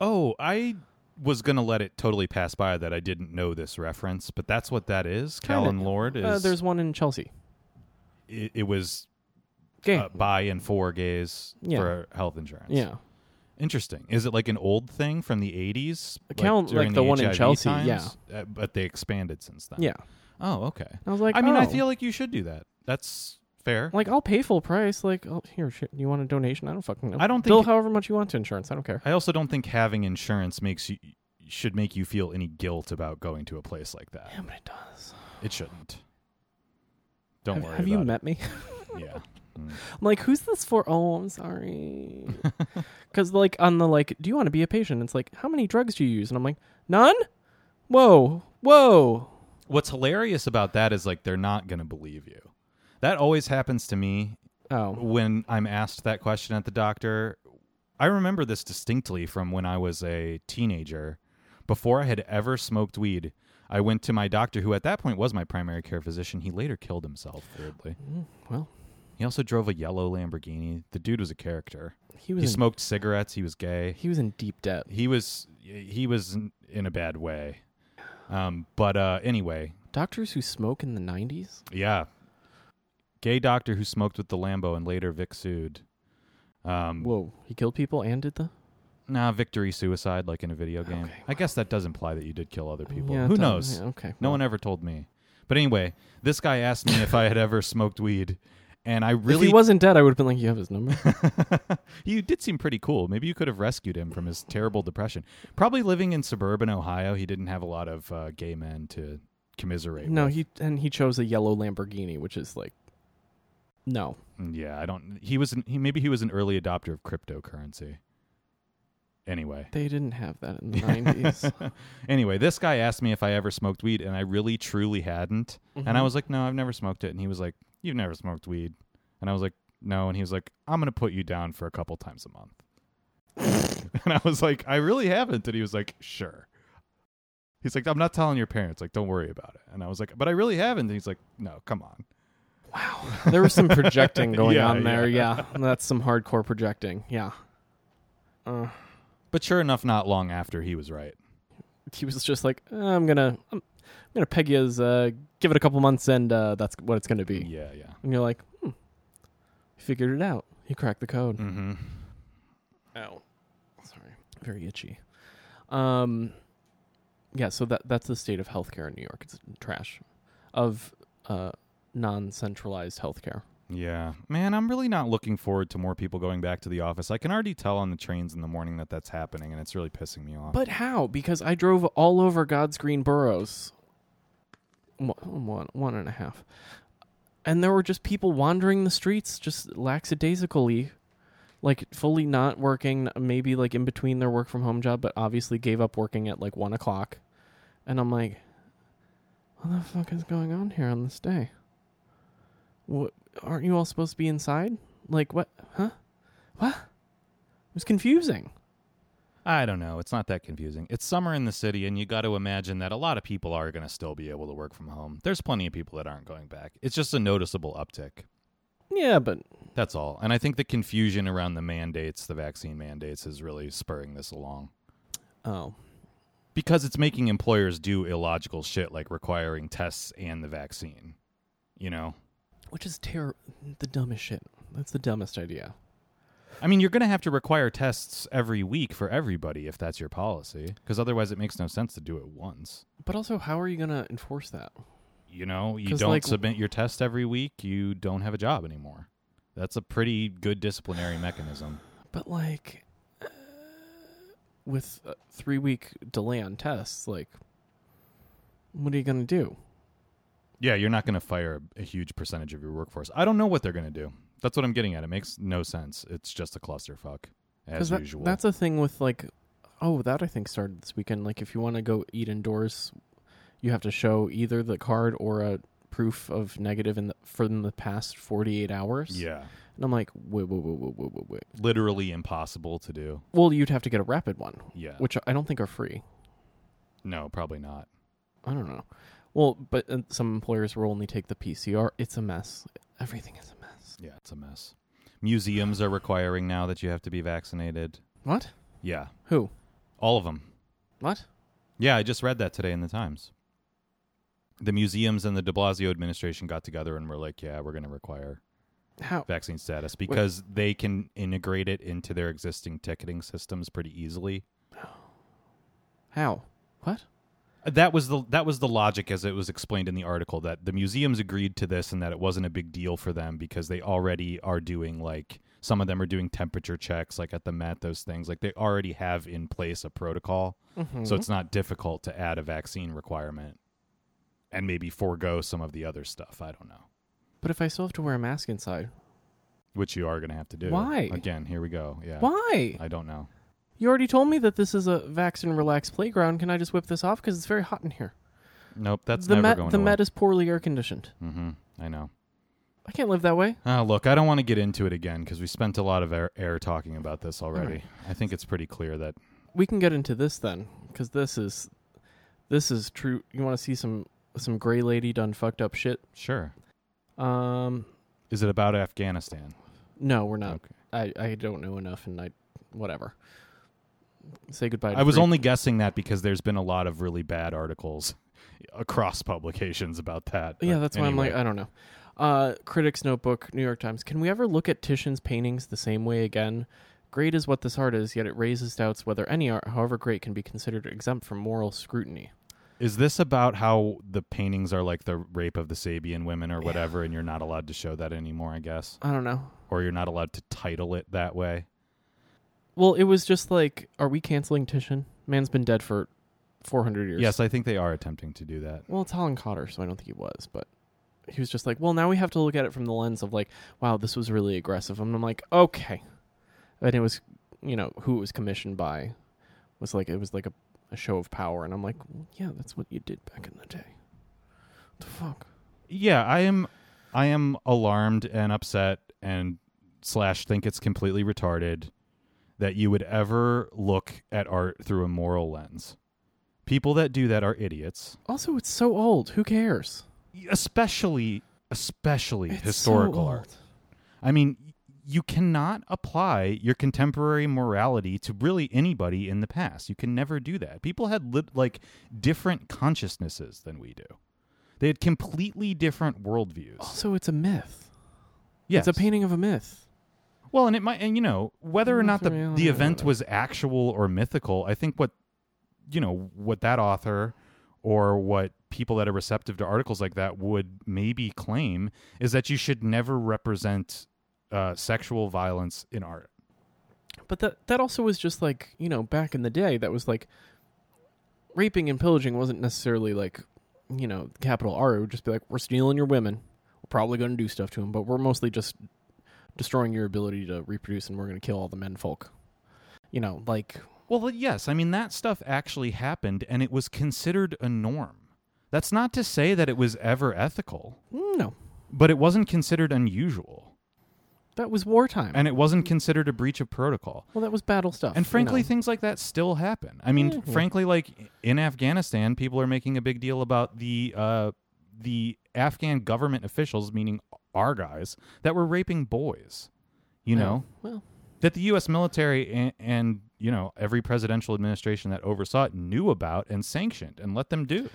oh, I was gonna let it totally pass by that I didn't know this reference, but that's what that is. Kinda. Callan Lord is. Uh, there's one in Chelsea. it, it was Gay. uh, by and for gays Yeah. for health insurance. Yeah, Interesting. Is it like an old thing from the 80s? Cal- like during the one in HIV Chelsea, times? Uh, but they expanded since then. yeah. Oh, okay. I was like, I mean, I oh. feel like you should do that. That's fair. like I'll pay full price. Like, oh, here, shit, you want a donation? I don't fucking know. I don't bill think- however much you want to insurance. I don't care. I also don't think having insurance makes you should make you feel any guilt about going to a place like that. Yeah, but it does. It shouldn't. Don't have, worry Have about you it. met me? Yeah. I'm like, who's this for? Oh, I'm sorry. Because like on the like, do you want to be a patient? It's like, how many drugs do you use? And I'm like, none. Whoa, whoa. What's hilarious about that is like they're not going to believe you. That always happens to me Oh, when I'm asked that question at the doctor, I remember this distinctly from when I was a teenager. Before I had ever smoked weed, I went to my doctor, who at that point was my primary care physician. He later killed himself, weirdly. well, He also drove a yellow Lamborghini. The dude was a character. he He, was in, smoked cigarettes. He was gay. he was in deep debt. He was he was in- in a bad way. Um, but uh, anyway, Doctors who smoke in the '90s. yeah, gay doctor who smoked with the Lambo and later Vic sued. Um, Whoa, he killed people and did the. Nah, victory suicide like in a video game. Okay, I guess that does imply that you did kill other people. Yeah, Who it does- knows? yeah, okay. No well. one ever told me. But anyway, this guy asked me if I had ever smoked weed, and I If really he wasn't dead, I would have been like, "You have his number." you did seem pretty cool. Maybe you could have rescued him from his terrible depression. Probably living in suburban Ohio, he didn't have a lot of uh, gay men to commiserate. No, with. he and he chose a yellow Lamborghini, which is like no. Mm, Yeah, I don't. He was. An, he maybe he was an early adopter of cryptocurrency. Anyway. They didn't have that in the nineties. Anyway, this guy asked me if I ever smoked weed, and I really Mm-hmm. truly hadn't. And I was like, "No, I've never smoked it." And he was like, "You've never smoked weed?" And I was like, no. And he was like, I'm going to put you down for a couple times a month. and I was like, I really haven't. And he was like, sure. He's like, I'm not telling your parents. Like, don't worry about it. And I was like, but I really haven't. And he's like, no, come on. There was some projecting going Yeah, on there. yeah. Yeah. That's some hardcore projecting. Yeah. Uh, But sure enough, not long after he was right. he was just like, "Uh, I'm going to, I'm, I'm going to peg you as, uh, give it a couple months and, uh, that's what it's going to be. Yeah, yeah. And you're like, hmm, you figured it out. You cracked the code. Mm-hmm. Oh, sorry, very itchy. Um, yeah. So that that's the state of healthcare in New York. It's trash, of uh, non-centralized healthcare. Yeah. Man, I'm really not looking forward to more people going back to the office. I can already tell on the trains in the morning that that's happening, and it's really pissing me off. But how? Because I drove all over God's green boroughs. One, one, one and a half. And there were just people wandering the streets, just lackadaisically, like fully not working, maybe like in between their work from home job, but obviously gave up working at like one o'clock. And I'm like, what the fuck is going on here on this day? What, aren't you all supposed to be inside? Like, what? Huh? What? It was confusing. I don't know. It's not that confusing. It's summer in the city, and you got to imagine that a lot of people are going to still be able to work from home. There's plenty of people that aren't going back. It's just a noticeable uptick. Yeah, but That's all. And I think the confusion around the mandates, the vaccine mandates, is really spurring this along. oh. because it's making employers do illogical shit like requiring tests and the vaccine. You know, Which is terror the dumbest shit. That's the dumbest idea. I mean, you're going to have to require tests every week for everybody if that's your policy, because otherwise it makes no sense to do it once. But also, how are you gonna enforce that? You know, you 'Cause, don't like- submit your test every week, you don't have a job anymore. That's a pretty good disciplinary mechanism. But like, uh, with a three week delay on tests, like, what are you gonna do? Yeah, you're not going to fire a huge percentage of your workforce. I don't know what they're going to do. That's what I'm getting at. It makes no sense. It's just a clusterfuck, as that- usual. that's a thing with like, oh, that I think started this weekend. Like, if you want to go eat indoors, you have to show either the card or a proof of negative in the from the past forty eight hours. yeah, and I'm like, wait, wait, wait, wait, wait, wait, wait. literally impossible to do. Well, you'd have to get a rapid one, Yeah. which I don't think are free. No, probably not. I don't know. Well, but uh, some employers will only take the PCR. It's a mess. Everything is a mess. Yeah, it's a mess. Museums are requiring now that you have to be vaccinated. What? Yeah, Who? all of them. What? Yeah, I just read that today in the Times. The museums and the de Blasio administration got together and were like, yeah, we're going to require How? vaccine status because they can integrate it into their existing ticketing systems pretty easily. How? What? That was the that was the logic as it was explained in the article that the museums agreed to this and that it wasn't a big deal for them because they already are doing like some of them are doing temperature checks like at the Met those things like they already have in place a protocol Mm-hmm. so it's not difficult to add a vaccine requirement and maybe forego some of the other stuff I don't know But if I still have to wear a mask inside, which you are going to have to do Why? again here we go yeah why? I don't know You already told me that this is a vax and relax playground. Can I just whip this off? Because it's very hot in here. nope that's the never Met, going the away. Met is poorly air conditioned. mm-hmm. I know I can't live that way. Ah, look, I don't want to get into it again because we spent a lot of air, air talking about this already. right. I think it's pretty clear that We can get into this then, because this is, this is true. You want to see some some gray lady done fucked up shit? sure. Um, Is it about Afghanistan? no, we're not. Okay. I, I don't know enough, and I whatever. Say goodbye. To I was free- only guessing that because there's been a lot of really bad articles across publications about that. yeah. but That's why I'm anyway. like I don't know. Uh, Critics Notebook, New York Times. Can we ever look at Titian's paintings the same way again? Great is what this art is, yet it raises doubts whether any art, however great, can be considered exempt from moral scrutiny. Is this about how the paintings are like the rape of the Sabian women or whatever, and you're not allowed to show that anymore? I guess, I don't know. or you're not allowed to title it that way. Well, it was just like, are we canceling Titian? Man's been dead for 400 years. Yes, I think they are attempting to do that. Well, it's Helen Cotter, so I don't think he was, but he was just like, well, now we have to look at it from the lens of like, wow, this was really aggressive. And I'm like, okay. And it was, you know, who it was commissioned by was like, it was like a, a show of power. And I'm like, well, yeah, that's what you did back in the day. What the fuck? yeah i am i am alarmed and upset and slash think it's completely retarded that you would ever look at art through a moral lens. People that do that are idiots, Also, it's so old. Who cares? especially especially It's so historical old. art. I mean, y- you cannot apply your contemporary morality to really anybody in the past. You can never do that. People had lit like different consciousnesses than we do. They had completely different worldviews. Also, Oh, it's a myth. yes. It's a painting of a myth. Well, and it might, and you know, whether or Mm, not that's the really the event relevant. was actual or mythical, I think what you know what that author or what people that are receptive to articles like that would maybe claim is that you should never represent uh, sexual violence in art. But that that also was just like you know back in the day that was like raping and pillaging wasn't necessarily like you know capital R. It would just be like we're stealing your women. We're probably going to do stuff to them, but we're mostly just destroying your ability to reproduce, and we're going to kill all the men folk. You know, like Well, yes, I mean that stuff actually happened, and it was considered a norm. That's not to say that it was ever ethical, no, but it wasn't considered unusual, that was wartime. and it wasn't considered a breach of protocol. well, that was battle stuff. And you frankly, know. things like that still happen. I mean, Mhm. frankly, like in Afghanistan, people are making a big deal about the uh, the Afghan government officials, meaning our guys, that were raping boys. You Yeah. know well, that the U.S. military and, and you know every presidential administration that oversaw it knew about and sanctioned and let them do.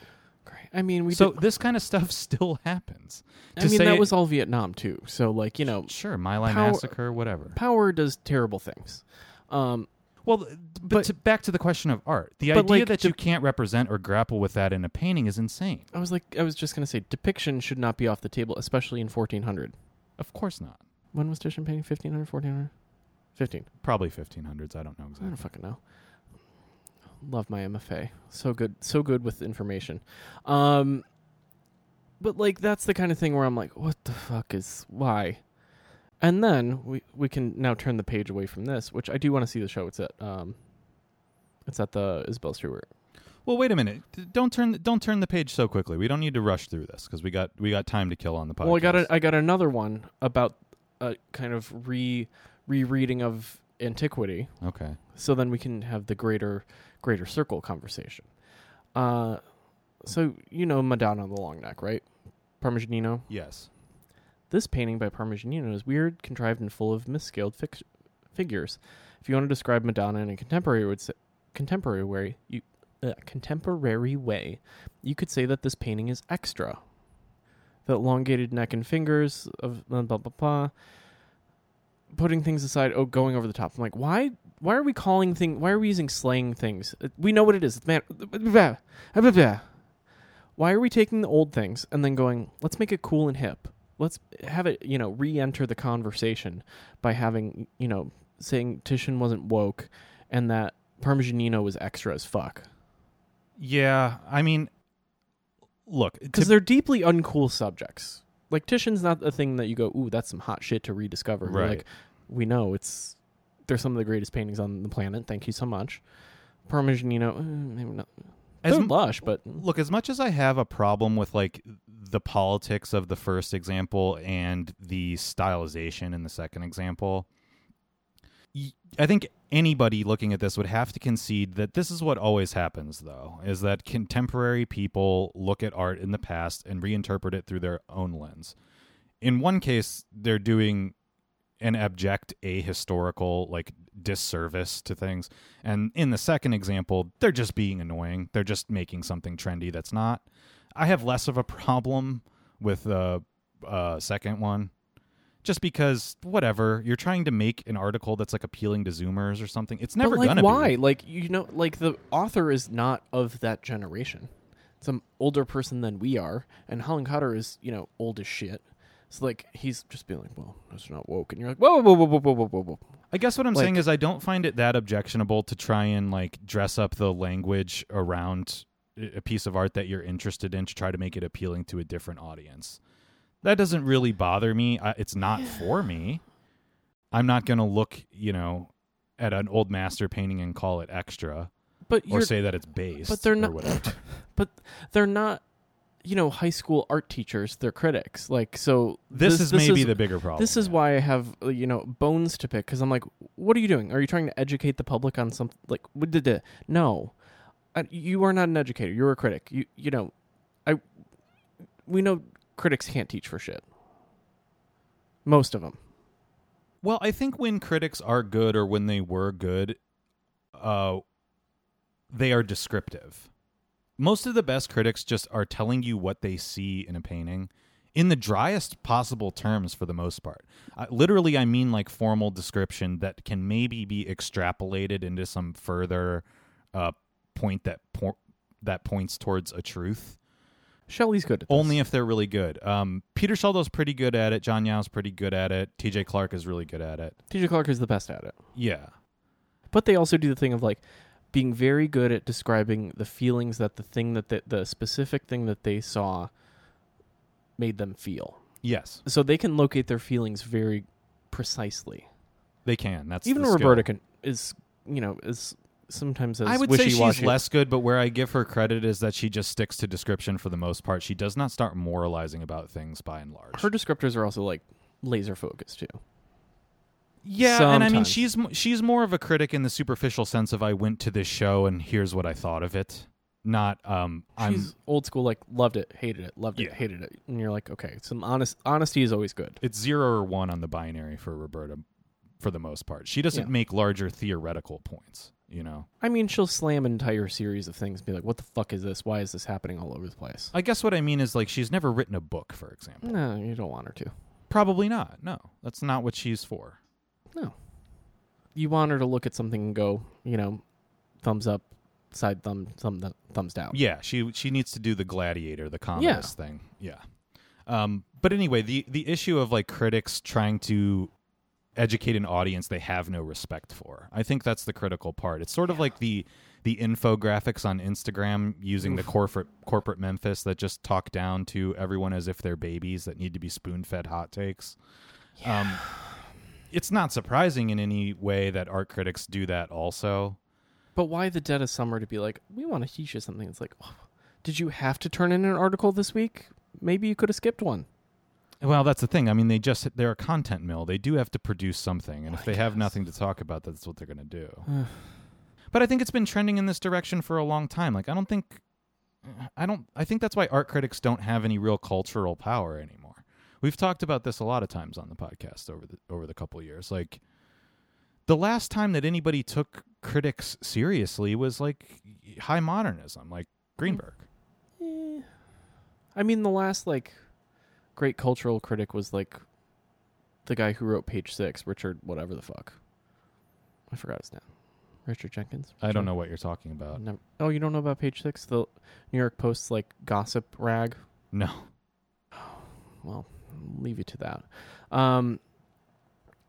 great. I mean, we so did, this kind of stuff still happens. I to mean say that it- was all Vietnam too. So like you know, Sure, My Lai Power- massacre, whatever. power does terrible things. Um, Well, th- but, But- to, back to the question of art, the But, idea like, that the- you can't represent or grapple with that in a painting is insane. I was like, I was just gonna say, depiction should not be off the table, especially in 1400. Of course not. When was Titian painting? 1500, 1400, 15. Probably 1500s. I don't know I don't exactly. fucking know. Love my MFA. So good, so good with information. Um, but like that's the kind of thing where I'm like, what the fuck is why? And then we we can now turn the page away from this, which I do want to see the show. It's at um, it's at the Isabel Stewart. Hmm. Well, wait a minute. D- Don't turn don't turn the page so quickly. We don't need to rush through this because we got we got time to kill on the podcast. Well, I got a, I got another one about a kind of re rereading of antiquity. okay. so then we can have the greater greater circle conversation. Uh, so you know Madonna the Long Neck, right? Parmigianino. Yes. This painting by Parmigianino is weird, contrived, and full of misscaled fix- figures. If you want to describe Madonna in a contemporary would say, contemporary way, you uh, contemporary way, you could say that this painting is extra. The elongated neck and fingers of blah blah blah. blah. Putting things aside, oh, going over the top. I'm like, why? Why are we calling thing? Why are we using slang things? Uh, We know what it is. It's Man, uh, why are we taking the old things and then going? Let's make it cool and hip let's have it you know re-enter the conversation by having you know saying titian wasn't woke and that parmigianino was extra as fuck Yeah. I mean, look. because To, they're deeply uncool subjects like titian's not a thing that you go ooh that's some hot shit to rediscover You're Right. like we know it's they're some of the greatest paintings on the planet thank you so much parmigianino eh, maybe not as, they're m- lush but look, as much as I have a problem with like the politics of the first example and the stylization in the second example, y- I think anybody looking at this would have to concede that this is what always happens though, is that contemporary people look at art in the past and reinterpret it through their own lens. In one case, they're doing an abject ahistorical like disservice to things. And in the second example, they're just being annoying. They're just making something trendy that's not. I have less of a problem with the uh, second one just because whatever you're trying to make an article that's like appealing to zoomers or something it's never but like gonna why be like you know like the author is not of that generation some older person than we are and Holland Cotter is you know old as shit so like he's just being like well that's not woke and you're like whoa whoa whoa whoa whoa whoa whoa whoa I guess what I'm Like- saying is I don't find it that objectionable to try and like dress up the language around a a piece of art that you're interested in to try to make it appealing to a different audience. That doesn't really bother me. I, it's not for me. I'm not going to look, you know, at an old master painting and call it extra but or you're say that it's based but they're or not- whatever. but they're not you know, high school art teachers, they're critics. Like, so This, is maybe is, the bigger problem. This is yeah. why I have uh, you know bones to pick because I'm like, what are you doing? Are you trying to educate the public on something? Like, what did it? No, I, you are not an educator. You're a critic. You you know, I we know critics can't teach for shit. Most of them. Well, I think when critics are good or when they were good, uh, they are descriptive. Most of the best critics just are telling you what they see in a painting in the driest possible terms for the most part. Uh, literally, I mean like formal description that can maybe be extrapolated into some further uh, point that por- that points towards a truth. Shelley's good. At this. Only if they're really good. Um, Peter Sheldon's pretty good at it. John Yao's pretty good at it. T.J. Clark is really good at it. T.J. Clark is the best at it. Yeah. But they also do the thing of like being very good at describing the feelings that the thing that the, the specific thing that they saw made them feel. Yes, So they can locate their feelings very precisely. they can. That's Even the Roberta skill. can is you know is sometimes as I would say wishy-washy. she's less good, but where I give her credit is that she just sticks to description for the most part. She does not start moralizing about things by and large. Her descriptors are also like laser focused too. yeah, and I mean sometimes. she's m- she's more of a critic in the superficial sense of I went to this show and here's what I thought of it. Not um I'm She's old school, like loved it, hated it, loved it, Yeah. hated it, and you're like, okay, some honest honesty is always good. it's zero or one on the binary for Roberta for the most part. She doesn't Yeah. make larger theoretical points, you know. I mean, she'll slam an entire series of things, and be like, what the fuck is this? Why is this happening all over the place? I guess what I mean is like she's never written a book, for example. No, you don't want her to. Probably not. No. That's not what she's for. No. You want her to look at something and go, you know, thumbs up, side thumb, thumb thumbs down. Yeah, she she needs to do the gladiator, the communist thing. Yeah. Um, but anyway, the the issue of like critics trying to educate an audience they have no respect for. I think that's the critical part. It's sort of like the the infographics on Instagram using the corporate corporate Memphis that just talk down to everyone as if they're babies that need to be spoon fed hot takes. Um, it's not surprising in any way that art critics do that also. But why the dead of summer to be like, we want to teach you something? It's like, oh, did you have to turn in an article this week? Maybe you could have skipped one. Well, that's the thing. I mean, they just they're a content mill. They do have to produce something, and if they have nothing to talk about, that's what they're going to do. but I think it's been trending in this direction for a long time. Like, I don't think I don't I think that's why art critics don't have any real cultural power anymore. We've talked about this a lot of times on the podcast over the over the couple of years. Like the last time that anybody took critics seriously was like high modernism, like Greenberg. Eh. I mean, the last, like, great cultural critic was, like, the guy who wrote page six, Richard, whatever the fuck. I forgot his name. Richard Jenkins? I Richard- don't know what you're talking about. Never- oh, you don't know about page six? The New York Post's like gossip rag. No. Well, I'll leave you to that. Um,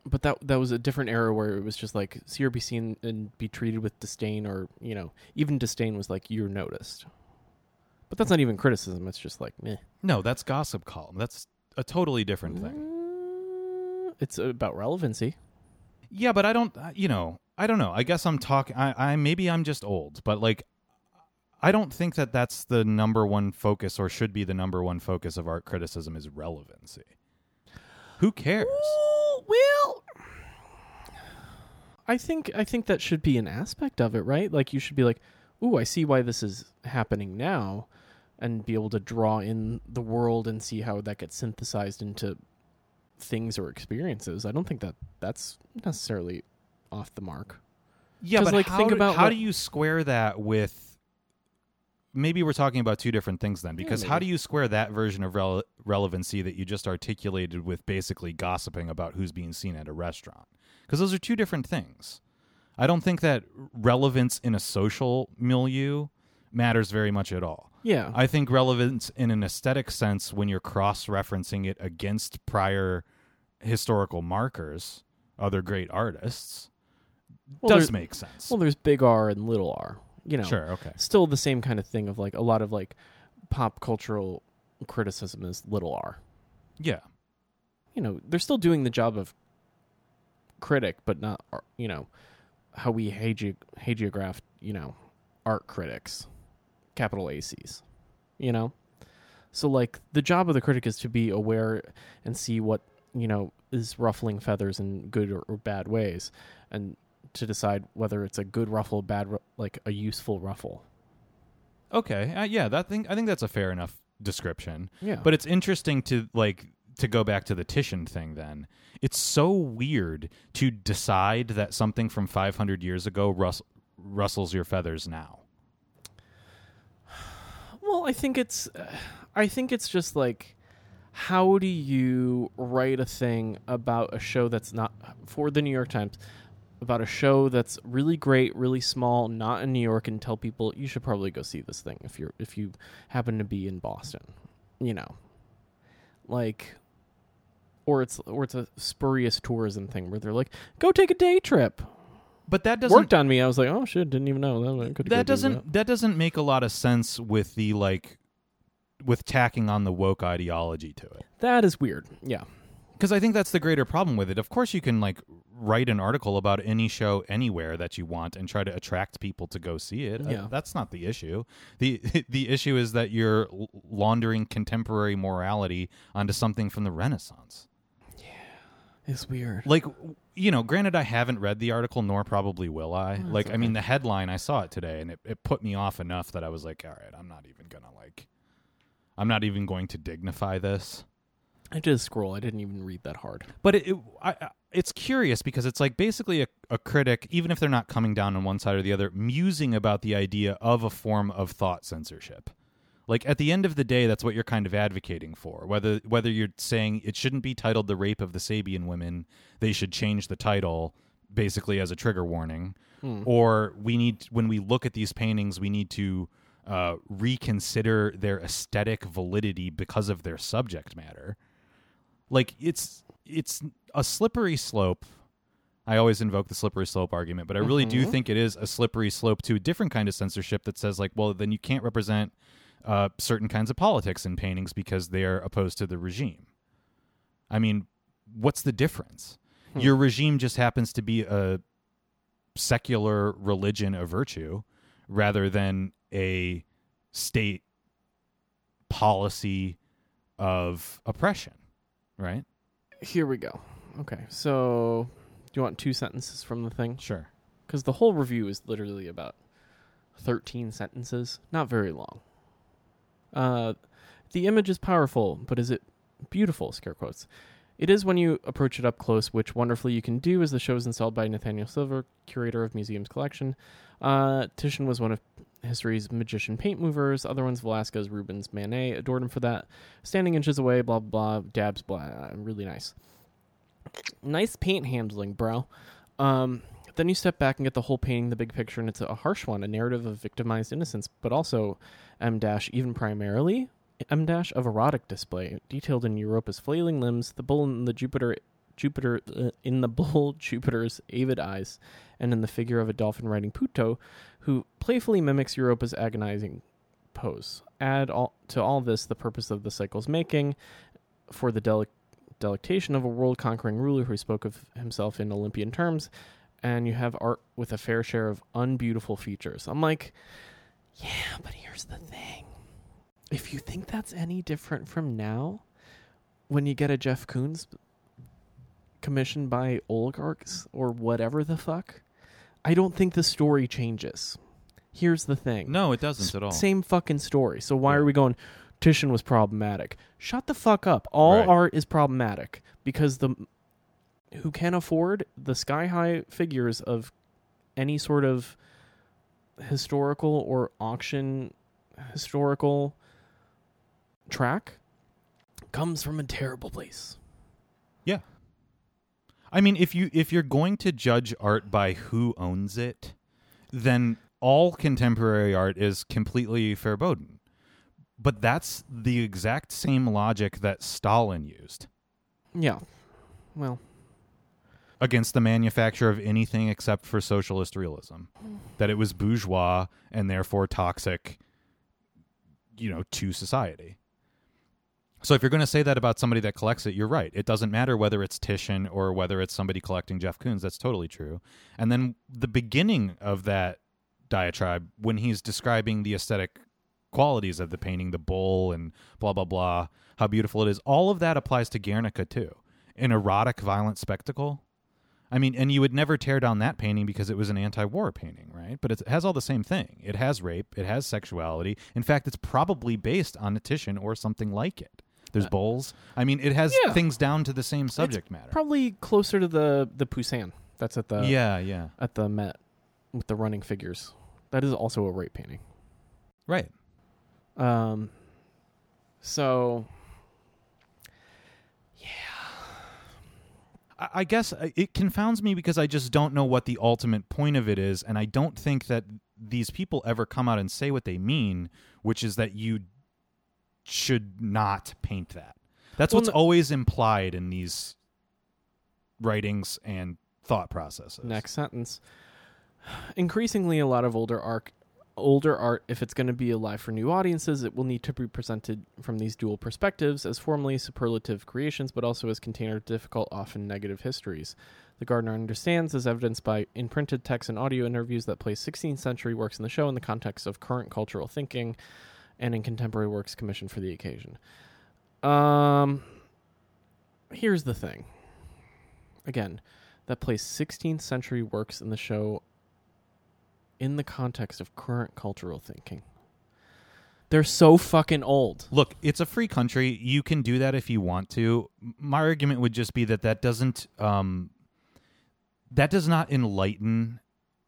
but that that was a different era where it was just like see or be seen and be treated with disdain, or you know, even disdain was like you're noticed. But that's not even criticism. It's just like meh. No, that's gossip column. That's a totally different thing. Mm, It's about relevancy. Yeah, but I don't. uh, You know, I don't know. I guess I'm talking. I, I maybe I'm just old, but like, I don't think that that's the number one focus, or should be the number one focus of art criticism is relevancy. Who cares? well, I think I think that should be an aspect of it, right? Like you should be like, "Ooh, I see why this is happening now," and be able to draw in the world and see how that gets synthesized into things or experiences. I don't think that that's necessarily off the mark. Yeah, 'Cause, but like, how think do, about how what- do you square that with? Maybe we're talking about two different things then, because how do maybe. you square that version of rele- relevancy that you just articulated with basically gossiping about who's being seen at a restaurant? Because those are two different things. I don't think that relevance in a social milieu matters very much at all. Yeah, I think relevance in an aesthetic sense when you're cross referencing it against prior historical markers, other great artists, Well, does there- make sense. Well, there's big R and little R. You know, Sure. Okay. still the same kind of thing of like a lot of like pop cultural criticism is little R. Yeah. you know they're still doing the job of critic but not ar- you know how we hagi- hagiograph you know art critics capital acs you know So like the job of the critic is to be aware and see what, you know, is ruffling feathers in good or, or bad ways and to decide whether it's a good ruffle, bad ru- like a useful ruffle. Okay, uh, yeah, that thing. I think that's a fair enough description. Yeah. But it's interesting to like to go back to the Titian thing then. It's so weird to decide that something from 500 years ago rus- rustles your feathers now. Well, I think it's, I think it's just like, how do you write a thing about a show that's not for the New York Times, about a show that's really great, really small, not in New York, and tell people you should probably go see this thing if you're if you happen to be in Boston, you know, like. Or it's or it's a spurious tourism thing where they're like, go take a day trip. But that doesn't Worked on me. I was like, oh shit, didn't even know that. I could've that go do doesn't that. doesn't make a lot of sense with the like with tacking on the woke ideology to it. That is weird. Yeah. Cuz I think that's the greater problem with it. Of course you can like write an article about any show anywhere that you want and try to attract people to go see it. Uh, Yeah. that's not the issue. The the issue is that you're l- laundering contemporary morality onto something from the Renaissance. It's weird. Like w- you know, granted I haven't read the article nor probably will I. like I mean the headline I saw it today and it, it put me off enough that I was like, all right, I'm not even going to like I'm not even going to dignify this. I did scroll. I didn't even read that hard. But it, it I, I- it's curious because it's like basically a, a critic, even if they're not coming down on one side or the other, musing about the idea of a form of thought censorship. Like at the end of the day, that's what you're kind of advocating for. Whether whether you're saying it shouldn't be titled "The Rape of the Sabian Women," they should change the title basically as a trigger warning, or we need when we look at these paintings, we need to uh, reconsider their aesthetic validity because of their subject matter like it's it's a slippery slope i always invoke the slippery slope argument but i really do think it is a slippery slope to a different kind of censorship that says like well then you can't represent uh, certain kinds of politics in paintings because they're opposed to the regime i mean what's the difference your regime just happens to be a secular religion of virtue rather than a state policy of oppression right Here we go. Okay, so do you want two sentences from the thing? Sure. Because the whole review is literally about 13 sentences, not very long. Uh, the image is powerful, but is it beautiful? Scare quotes. It is when you approach it up close, which wonderfully you can do, as the show is installed by Nathaniel Silver, curator of museum's collection. Uh, Titian was one of history's magician paint movers. Other ones, Velasquez, Rubens, Manet, adored him for that. Standing inches away, blah, blah, blah, dabs, blah. Really nice. Nice paint handling, bro. Um, then you step back and get the whole painting, the big picture, and it's a harsh one, a narrative of victimized innocence, but also M dash, even primarily M dash of erotic display, detailed in Europa's flailing limbs, the bull in the Jupiter, Jupiter uh, in the bull Jupiter's avid eyes, and in the figure of a dolphin riding Puto, who playfully mimics Europa's agonizing pose. Add all, to all this the purpose of the cycle's making, for the delic- delectation of a world conquering ruler who spoke of himself in Olympian terms, and you have art with a fair share of unbeautiful features. I'm like, yeah, but here's the thing. If you think that's any different from now, when you get a Jeff Koons commissioned by oligarchs or whatever the fuck, I don't think the story changes. Here's the thing. No, it doesn't at all. Same fucking story. So why Yeah. are we going? Titian was problematic. Shut the fuck up. All Right. art is problematic because the who can afford the sky high figures of any sort of historical or auction historical track comes from a terrible place. Yeah. I mean, if you if you're going to judge art by who owns it, then all contemporary art is completely verboten. But that's the exact same logic that Stalin used Yeah. Well, against the manufacture of anything except for socialist realism. That it was bourgeois and therefore toxic, you know, to society. So if you're going to say that about somebody that collects it, you're right. It doesn't matter whether it's Titian or whether it's somebody collecting Jeff Koons. That's totally true. And then the beginning of that diatribe, when he's describing the aesthetic qualities of the painting, the bull and blah blah blah, how beautiful it is. All of that applies to Guernica too. An erotic, violent spectacle. I mean, and you would never tear down that painting because it was an anti-war painting, right? But it's- it has all the same thing. It has rape. It has sexuality. In fact, it's probably based on a Titian or something like it. There's bulls. I mean, it has yeah. things down to the same subject matter. Probably closer to the the Poussin. That's at the yeah, yeah, at the Met with the running figures. That is also a rape painting. right. Um, so I I guess uh, it confounds me because I just don't know what the ultimate point of it is, and I don't think that these people ever come out and say what they mean, which is that you should not paint that. That's Well, what's no- always implied in these writings and thought processes. next sentence. Increasingly, a lot of older art, older art, if it's going to be alive for new audiences, it will need to be presented from these dual perspectives as formally superlative creations, but also as container of difficult, often negative histories. The gardener understands, as evidenced by in printed text and audio interviews, that place 16th century works in the show in the context of current cultural thinking, and in contemporary works commissioned for the occasion. Um, here's the thing. Again, that plays 16th century works in the show in the context of current cultural thinking. They're so fucking old. Look, it's a free country. You can do that if you want to. M- My argument would just be that that doesn't um, that does not enlighten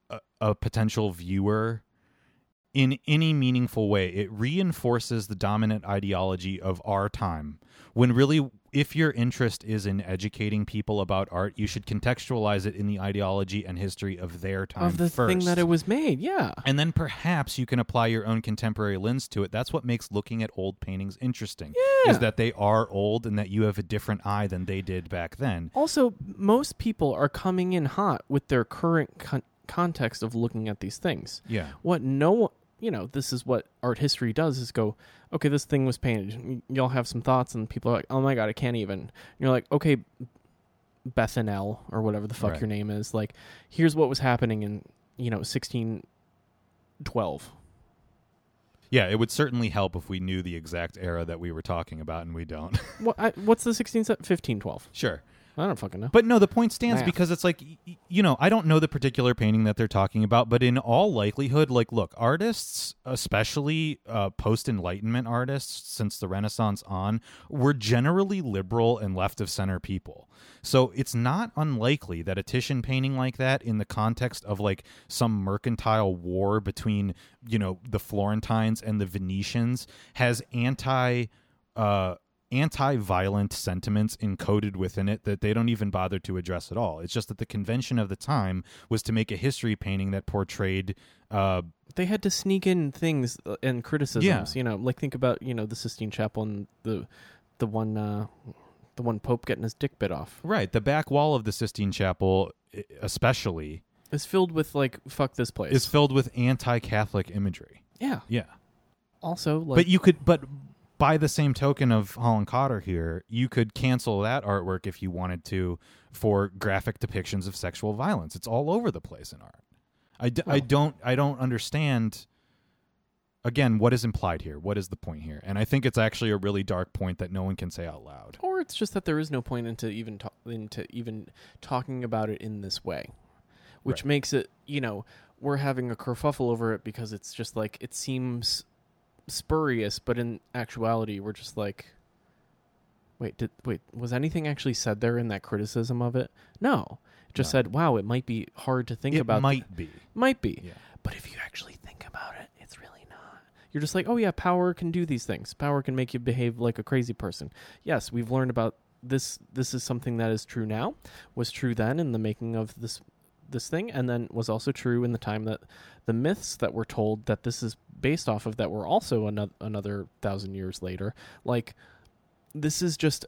a, a potential viewer in any meaningful way. It reinforces the dominant ideology of our time. When really, if your interest is in educating people about art, you should contextualize it in the ideology and history of their time of the first. thing that it was made, yeah. And then perhaps you can apply your own contemporary lens to it. That's what makes looking at old paintings interesting. Is that they are old and that you have a different eye than they did back then. Also, most people are coming in hot with their current con- context of looking at these things. Yeah. What no one, you know, this is what art history does is go, okay, this thing was painted. Y- Y'all have some thoughts, and people are like, oh my God, I can't even. And you're like, okay, Bethanel or whatever the fuck Right. your name is. Like, here's what was happening in, you know, 1612. Yeah, it would certainly help if we knew the exact era that we were talking about and we don't. What, I, what's the 16th? 1512. sure. I don't fucking know. But no, the point stands Math. because it's like y- y- you know, I don't know the particular painting that they're talking about, but in all likelihood, like look, artists, especially uh, post Enlightenment artists, since the Renaissance on, were generally liberal and left of center people. So it's not unlikely that a Titian painting like that, in the context of like some mercantile war between you know the Florentines and the Venetians, has anti. Uh, anti-violent sentiments encoded within it that they don't even bother to address at all. It's just that the convention of the time was to make a history painting that portrayed uh, they had to sneak in things uh, and criticisms. Yeah. You know, like think about you know the Sistine Chapel and the the one uh, the one Pope getting his dick bit off right the back wall of the Sistine Chapel, e- especially, is filled with like fuck this place. is filled with anti-Catholic imagery. yeah. Yeah, Also, like but you could, but by the same token of Holland Cotter here, you could cancel that artwork if you wanted to for graphic depictions of sexual violence. It's all over the place in art. I, d- I Well- don't I don't understand. Again, what is implied here? What is the point here? And I think it's actually a really dark point that no one can say out loud. or it's just that there is no point into even ta- into even talking about it in this way, which Right. makes it you know we're having a kerfuffle over it because it's just like it seems spurious, but in actuality, we're just like, wait, did wait was anything actually said there in that criticism of it? No, it just No. said, wow, it might be hard to think it about. might be. might be, Yeah. but if you actually think about it, it's really not. You're just like, oh yeah, power can do these things. Power can make you behave like a crazy person. Yes, we've learned about this. This is something that is true now, was true then in the making of this this thing, and then was also true in the time that the myths that were told that this is based off of that were also another another thousand years later. Like, this is just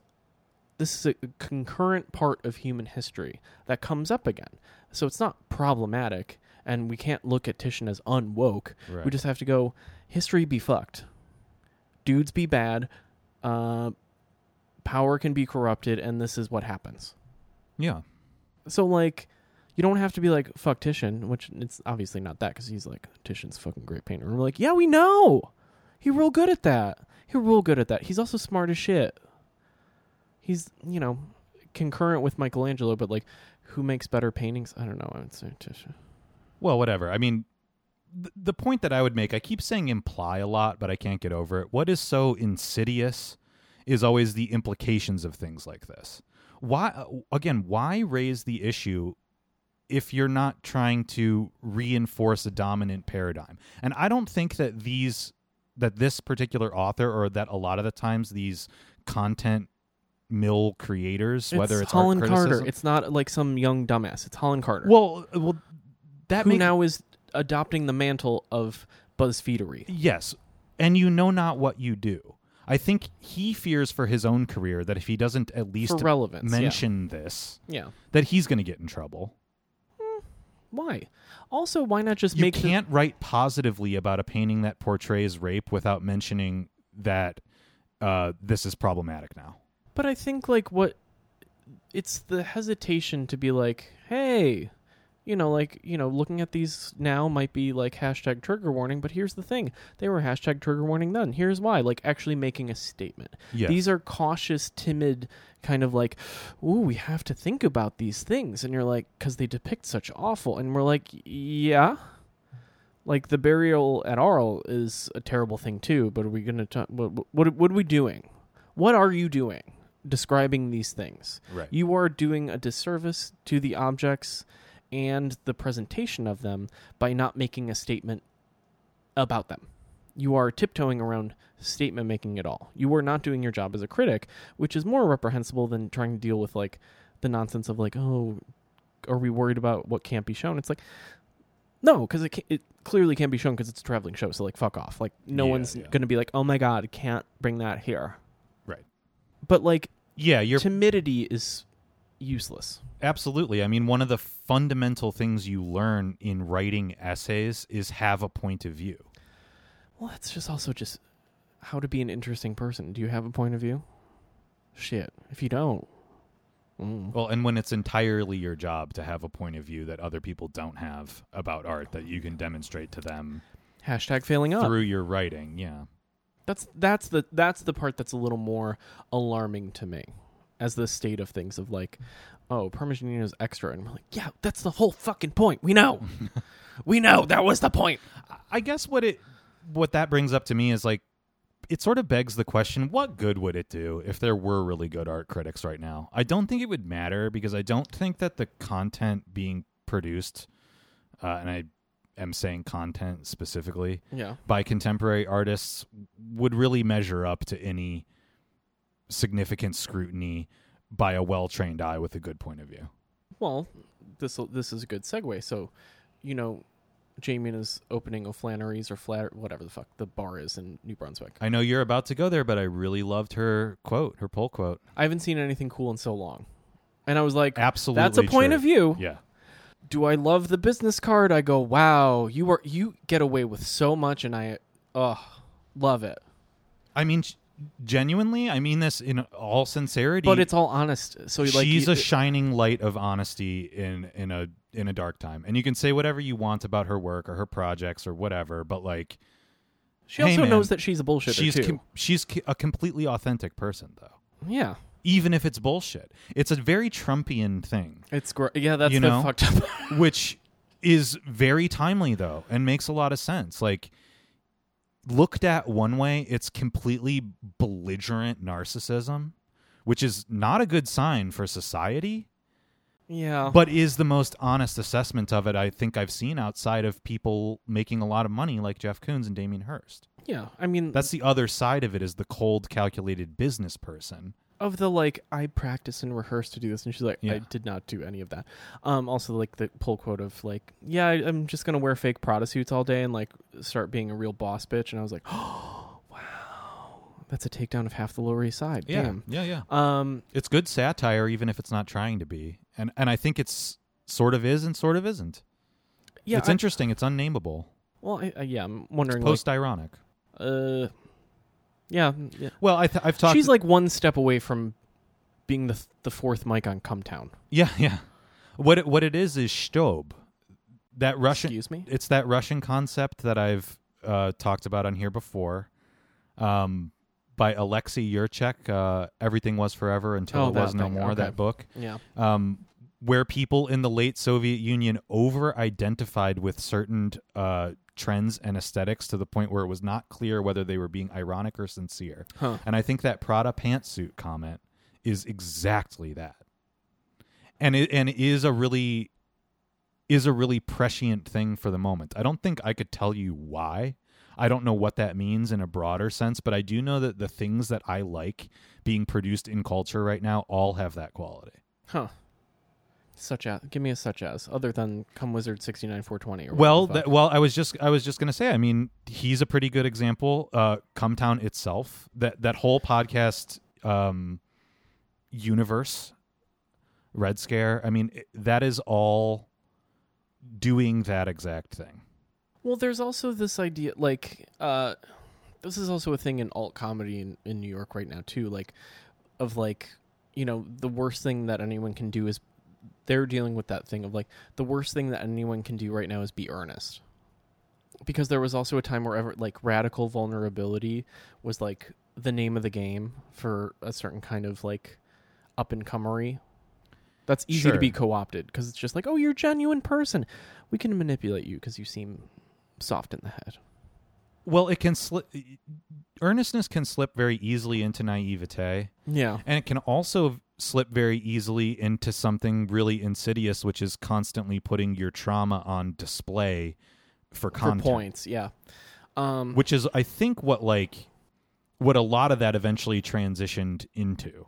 this is a concurrent part of human history that comes up again. So it's not problematic, and we can't look at Titian as unwoke. Right. We just have to go. History be fucked. Dudes be bad. Uh, power can be corrupted, and this is what happens. yeah. So like, you don't have to be like fuck Titian, which it's obviously not that because he's like Titian's a fucking great painter. And we're like, yeah, we know. He real good at that. He real good at that. He's also smart as shit. He's you know concurrent with Michelangelo, but like, who makes better paintings? I don't know. I would say Tisha. Well, whatever. I mean, th- the point that I would make, I keep saying imply a lot, but I can't get over it. What is so insidious is always the implications of things like this. Why, uh, again, why raise the issue if you're not trying to reinforce a dominant paradigm? And I don't think that these, that this particular author or that a lot of the times these content mill creators, whether it's art Holland Carter. criticism- It's not like some young dumbass. It's Holland Carter. well, uh, well, that who makes now is adopting the mantle of Buzzfeedery. Yes. And you know not what you do. I think he fears for his own career that if he doesn't at least For relevance, yeah. mention this, Yeah. that he's going to get in trouble. Why? Also, why not just You make the- can't write positively about a painting that portrays rape without mentioning that uh, this is problematic now. But I think like what it's the hesitation to be like, hey, you know, like you know, looking at these now might be like hashtag trigger warning, but here's the thing: they were hashtag trigger warning then. Here's why: like actually making a statement. Yes. These are cautious, timid, kind of like, ooh, we have to think about these things, and you're like, because they depict such awful, and we're like, yeah. Like the burial at Arl is a terrible thing too, but are we gonna talk? What, what what are we doing? What are you doing? Describing these things, Right. you are doing a disservice to the objects and the presentation of them by not making a statement about them. You are tiptoeing around statement making at all. You are not doing your job as a critic, which is more reprehensible than trying to deal with like the nonsense of like, oh, are we worried about what can't be shown? It's like, no, because it, ca- it clearly can't be shown because it's a traveling show. So like, fuck off. Like, no Yeah, one's yeah. going to be like, oh my god, can't bring that here. Right. But like, yeah, you're timidity is useless. absolutely. I mean, one of the fundamental things you learn in writing essays is have a point of view. Well, that's just also just how to be an interesting person. Do you have a point of view? Shit. If you don't, mm. Well, and when it's entirely your job to have a point of view that other people don't have about art that you can demonstrate to them hashtag failing up. through your writing, yeah. That's that's the that's the part that's a little more alarming to me as the state of things of like, oh, Parmigianino's extra, and we're like, yeah, that's the whole fucking point. We know, we know that was the point. I guess what it what that brings up to me is like it sort of begs the question, what good would it do if there were really good art critics right now? I don't think it would matter because I don't think that the content being produced uh, and I am saying content specifically Yeah, by contemporary artists would really measure up to any significant scrutiny by a well-trained eye with a good point of view. Well, this this is a good segue. So, you know, Jamie is opening O'Flannery's or Flat whatever the fuck the bar is in New Brunswick. I know you're about to go there, but I really loved her quote, her poll quote. I haven't seen anything cool in so long, and I was like, Absolutely, that's a point true. of view. Yeah, Do I love the business card? I go, wow, you are you get away with so much, and I, oh, love it. I mean, sh- genuinely, I mean this in all sincerity. But it's all honest. So like, she's you- a shining light of honesty in in a in a dark time, and you can say whatever you want about her work or her projects or whatever, but like she also hey, man, knows that she's a bullshitter she's too. com- she's c- a completely authentic person though. yeah, even if it's bullshit. It's a very Trumpian thing, it's great. Yeah, that's You the know? fucked up. which is very timely though and makes a lot of sense. Like looked at one way, it's completely belligerent narcissism, which is not a good sign for society, yeah, but is the most honest assessment of it I think I've seen outside of people making a lot of money like Jeff Koons and Damien Hirst. yeah. I mean, That's the other side of it is the cold calculated business person. of the like I practice and rehearse to do this, and she's like, I Yeah. did not do any of that. Um, also like the pull quote of like, yeah, I, I'm just gonna wear fake Prada suits all day and like start being a real boss bitch, and I was like, oh, wow, that's a takedown of half the Lower East Side. Damn. Yeah, yeah. Um, it's good satire even if it's not trying to be and and i think it's sort of is and sort of isn't yeah, it's I- interesting it's unnameable well, I, I, yeah, I'm it's wondering, like, post ironic uh, yeah, mm, yeah. well I th- i've talked she's like one step away from being the th- the fourth mic on Cumtown. yeah yeah what it, what it is is shtob that russian Excuse me. it's that russian concept that i've uh, talked about on here before um, by Alexei Yurchek. Uh, Everything was forever until Oh, it that was no thing. more. Okay. That book, Yeah. um, where people in the late Soviet Union over identified with certain uh, trends and aesthetics to the point where it was not clear whether they were being ironic or sincere. Huh. And I think that Prada pantsuit comment is exactly that. And it and is a really is a really prescient thing for the moment. I don't think I could tell you why. I don't know what that means in a broader sense, but I do know that the things that I like being produced in culture right now all have that quality. Huh. Such as give me a such as other than come wizard sixty nine four twenty or Well, whatever the that, well, I was just I was just gonna say. I mean, he's a pretty good example. Uh, Come Town itself, that that whole podcast um, universe, Red Scare. I mean, it, that is all doing that exact thing. Well, there's also this idea, like, uh, this is also a thing in alt comedy in, in New York right now, too. Like, of like, you know, the worst thing that anyone can do is they're dealing with that thing of like, the worst thing that anyone can do right now is be earnest. Because there was also a time where, ever, like, radical vulnerability was like the name of the game for a certain kind of like up and comery. That's easy to Sure. be co opted because it's just like, oh, you're a genuine person. We can manipulate you because you seem soft in the head. Well, it can slip. Earnestness can slip very easily into naivete, Yeah. and it can also slip very easily into something really insidious, which is constantly putting your trauma on display for content. For points, yeah. Um which is i think what like what a lot of that eventually transitioned into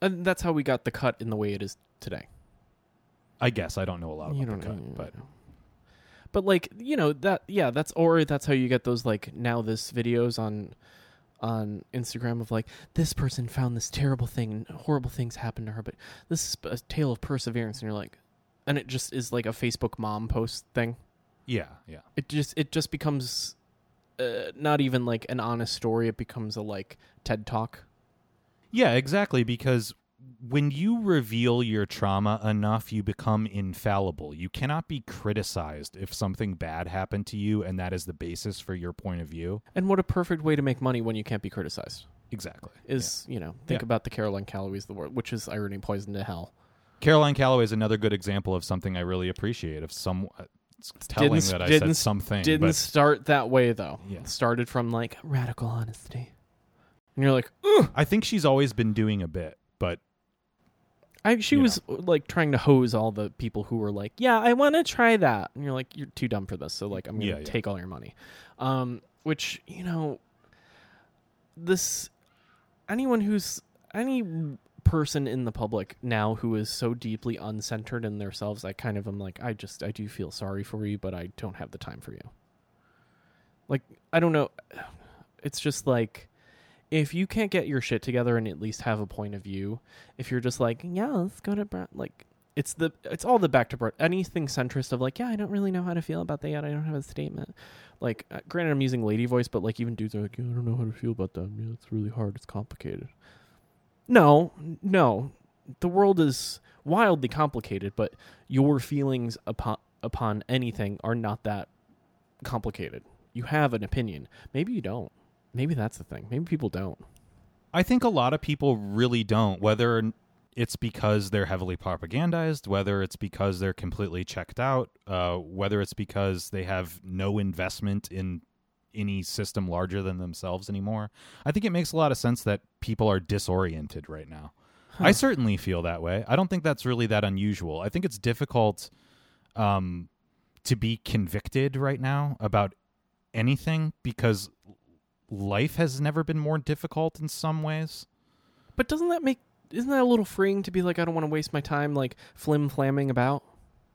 and that's how we got the cut in the way it is today. i guess i don't know a lot about You don't the cut know. but But like, you know, that yeah, that's or that's how you get those like now this videos on on Instagram of like this person found this terrible thing and horrible things happened to her, but this is a tale of perseverance and you're like and it just is like a Facebook mom post thing. yeah yeah it just it just becomes uh, not even like an honest story it becomes a like ted talk yeah exactly because when you reveal your trauma enough you become infallible you cannot be criticized if something bad happened to you and that is the basis for your point of view and what a perfect way to make money when you can't be criticized exactly is you know think Yeah. about the caroline calloway's the word which is irony poison to hell caroline calloway is another good example of something i really appreciate of some it's telling Didn't s- that i didn't said s- something didn't but start that way though Yeah. It started from like radical honesty and you're like "Ugh." i think she's always been doing a bit but I, she You was like trying to hose all the people who were like yeah i want to try that and you're like you're too dumb for this so like i'm gonna Yeah, yeah. take all your money um which you know this anyone who's any person in the public now who is so deeply uncentered in themselves i kind of am like i just i do feel sorry for you but i don't have the time for you like i don't know it's just like if you can't get your shit together and at least have a point of view if you're just like yeah let's go to Brown, like it's the it's all the back to Brown. anything centrist of like yeah i don't really know how to feel about that yet i don't have a statement like uh, granted i'm using lady voice but like even dudes are like yeah, i don't know how to feel about that yeah it's really hard it's complicated no no the world is wildly complicated but your feelings upon upon anything are not that complicated you have an opinion maybe you don't maybe that's the thing maybe people don't I think a lot of people really don't, whether it's because they're heavily propagandized, whether it's because they're completely checked out, uh, whether it's because they have no investment in any system larger than themselves anymore. I think it makes a lot of sense that people are disoriented right now. I certainly feel that way. I don't think that's really that unusual. I think it's difficult um, to be convicted right now about anything because life has never been more difficult in some ways. But doesn't that make isn't that a little freeing to be like I don't want to waste my time like flim flamming about?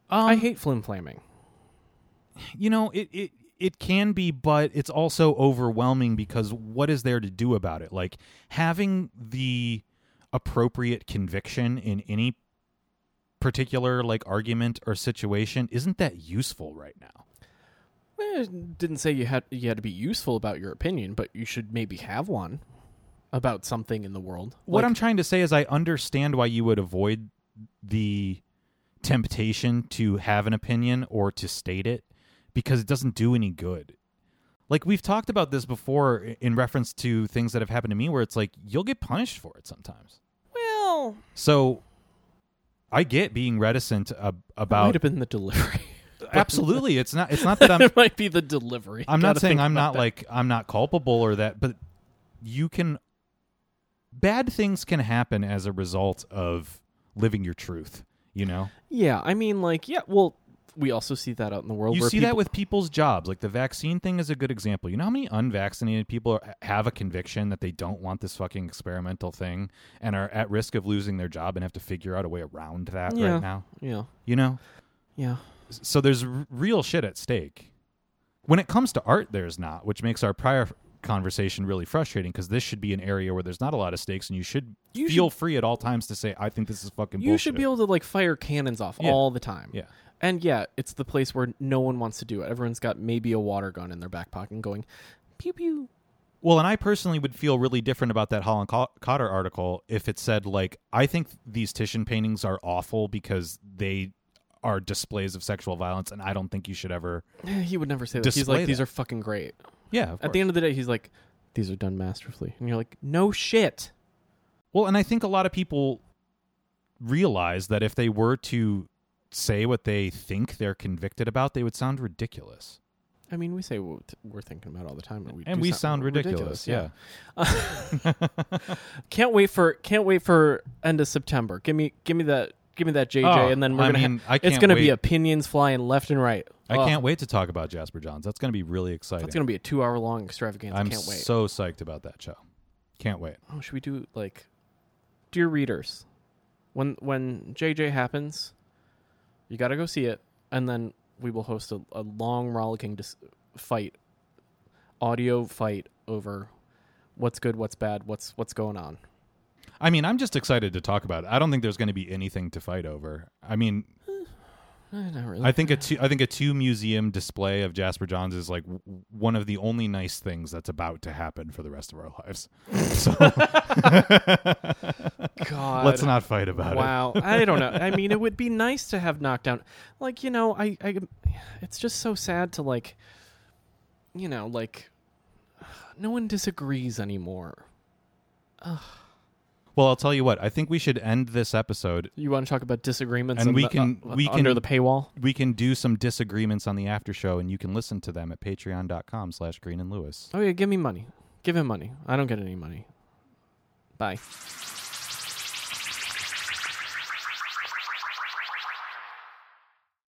Um, I hate flim flamming. you know, it, it it can be, but it's also overwhelming because what is there to do about it? Like having the appropriate conviction in any particular like argument or situation isn't that useful right now. Eh, didn't say you had you had to be useful about your opinion, but you should maybe have one about something in the world. What Like, I'm trying to say is I understand why you would avoid the temptation to have an opinion or to state it because it doesn't do any good. Like we've talked about this before i- in reference to things that have happened to me where it's like you'll get punished for it sometimes. Well, So I get being reticent ab- That might about have been the delivery. absolutely it's not it's not that I'm it might be the delivery. I'm not Gotta saying think I'm about not that. like I'm not culpable or that, but you can bad things can happen as a result of living your truth, you know? Yeah, I mean, like, yeah. Well, we also see that out in the world. you where see that people- with people's jobs. Like the vaccine thing is a good example. You know how many unvaccinated people are, have a conviction that they don't want this fucking experimental thing and are at risk of losing their job and have to figure out a way around that Yeah. right now? yeah, You know? yeah. so there's r- real shit at stake. When it comes to art, there's not, which makes our prior f- conversation really frustrating because this should be an area where there's not a lot of stakes, and you should You feel free at all times to say, "I think this is fucking." You should be bullshit." able to like fire cannons off Yeah. all the time. Yeah. And yeah, it's the place where no one wants to do it. Everyone's got maybe a water gun in their back pocket and going, pew pew. Well, and I personally would feel really different about that Holland Co- Cotter article if it said, like, I think these Titian paintings are awful because they are displays of sexual violence, and I don't think you should ever. He would never say that. he's Display like, these that. are fucking great. Yeah. Of At the end of the day, he's like, these are done masterfully. And you're like, no shit. Well, and I think a lot of people realize that if they were to say what they think they're convicted about, they would sound ridiculous. I mean, we say what we're thinking about all the time, and we and do we sound ridiculous, yeah. Can't wait for can't wait for end of September. Give me give me that give me that JJ, Oh, and then we're I gonna. ha- mean, I it's can't gonna wait. be opinions flying left and right. yeah. Oh, I can't wait to talk about Jasper Johns. That's going to be really exciting. That's gonna be a two hour long extravaganza. I'm can't wait. so psyched about that show. Can't wait. oh, should we do like, dear readers, when when JJ happens, you gotta go see it, and then we will host a, a long rollicking dis- fight, audio fight over what's good, what's bad, what's what's going on. I mean, I'm just excited to talk about it. I don't think there's going to be anything to fight over. I mean, Eh, not really. I think a two, I think a two museum display of Jasper Johns is like w- one of the only nice things that's about to happen for the rest of our lives. So God. let's not fight about it. wow. I don't know. I mean, it would be nice to have knockdown. Like, you know, I, I, it's just so sad to like, you know, like, no one disagrees anymore. Well, I'll tell you what. I think we should end this episode. You want to talk about disagreements? And on we the- can- uh, we under can- the paywall. We can do some disagreements on the after show, and you can listen to them at patreon.com slash green and lewis. Oh yeah, give me money. Give him money. I don't get any money. Bye.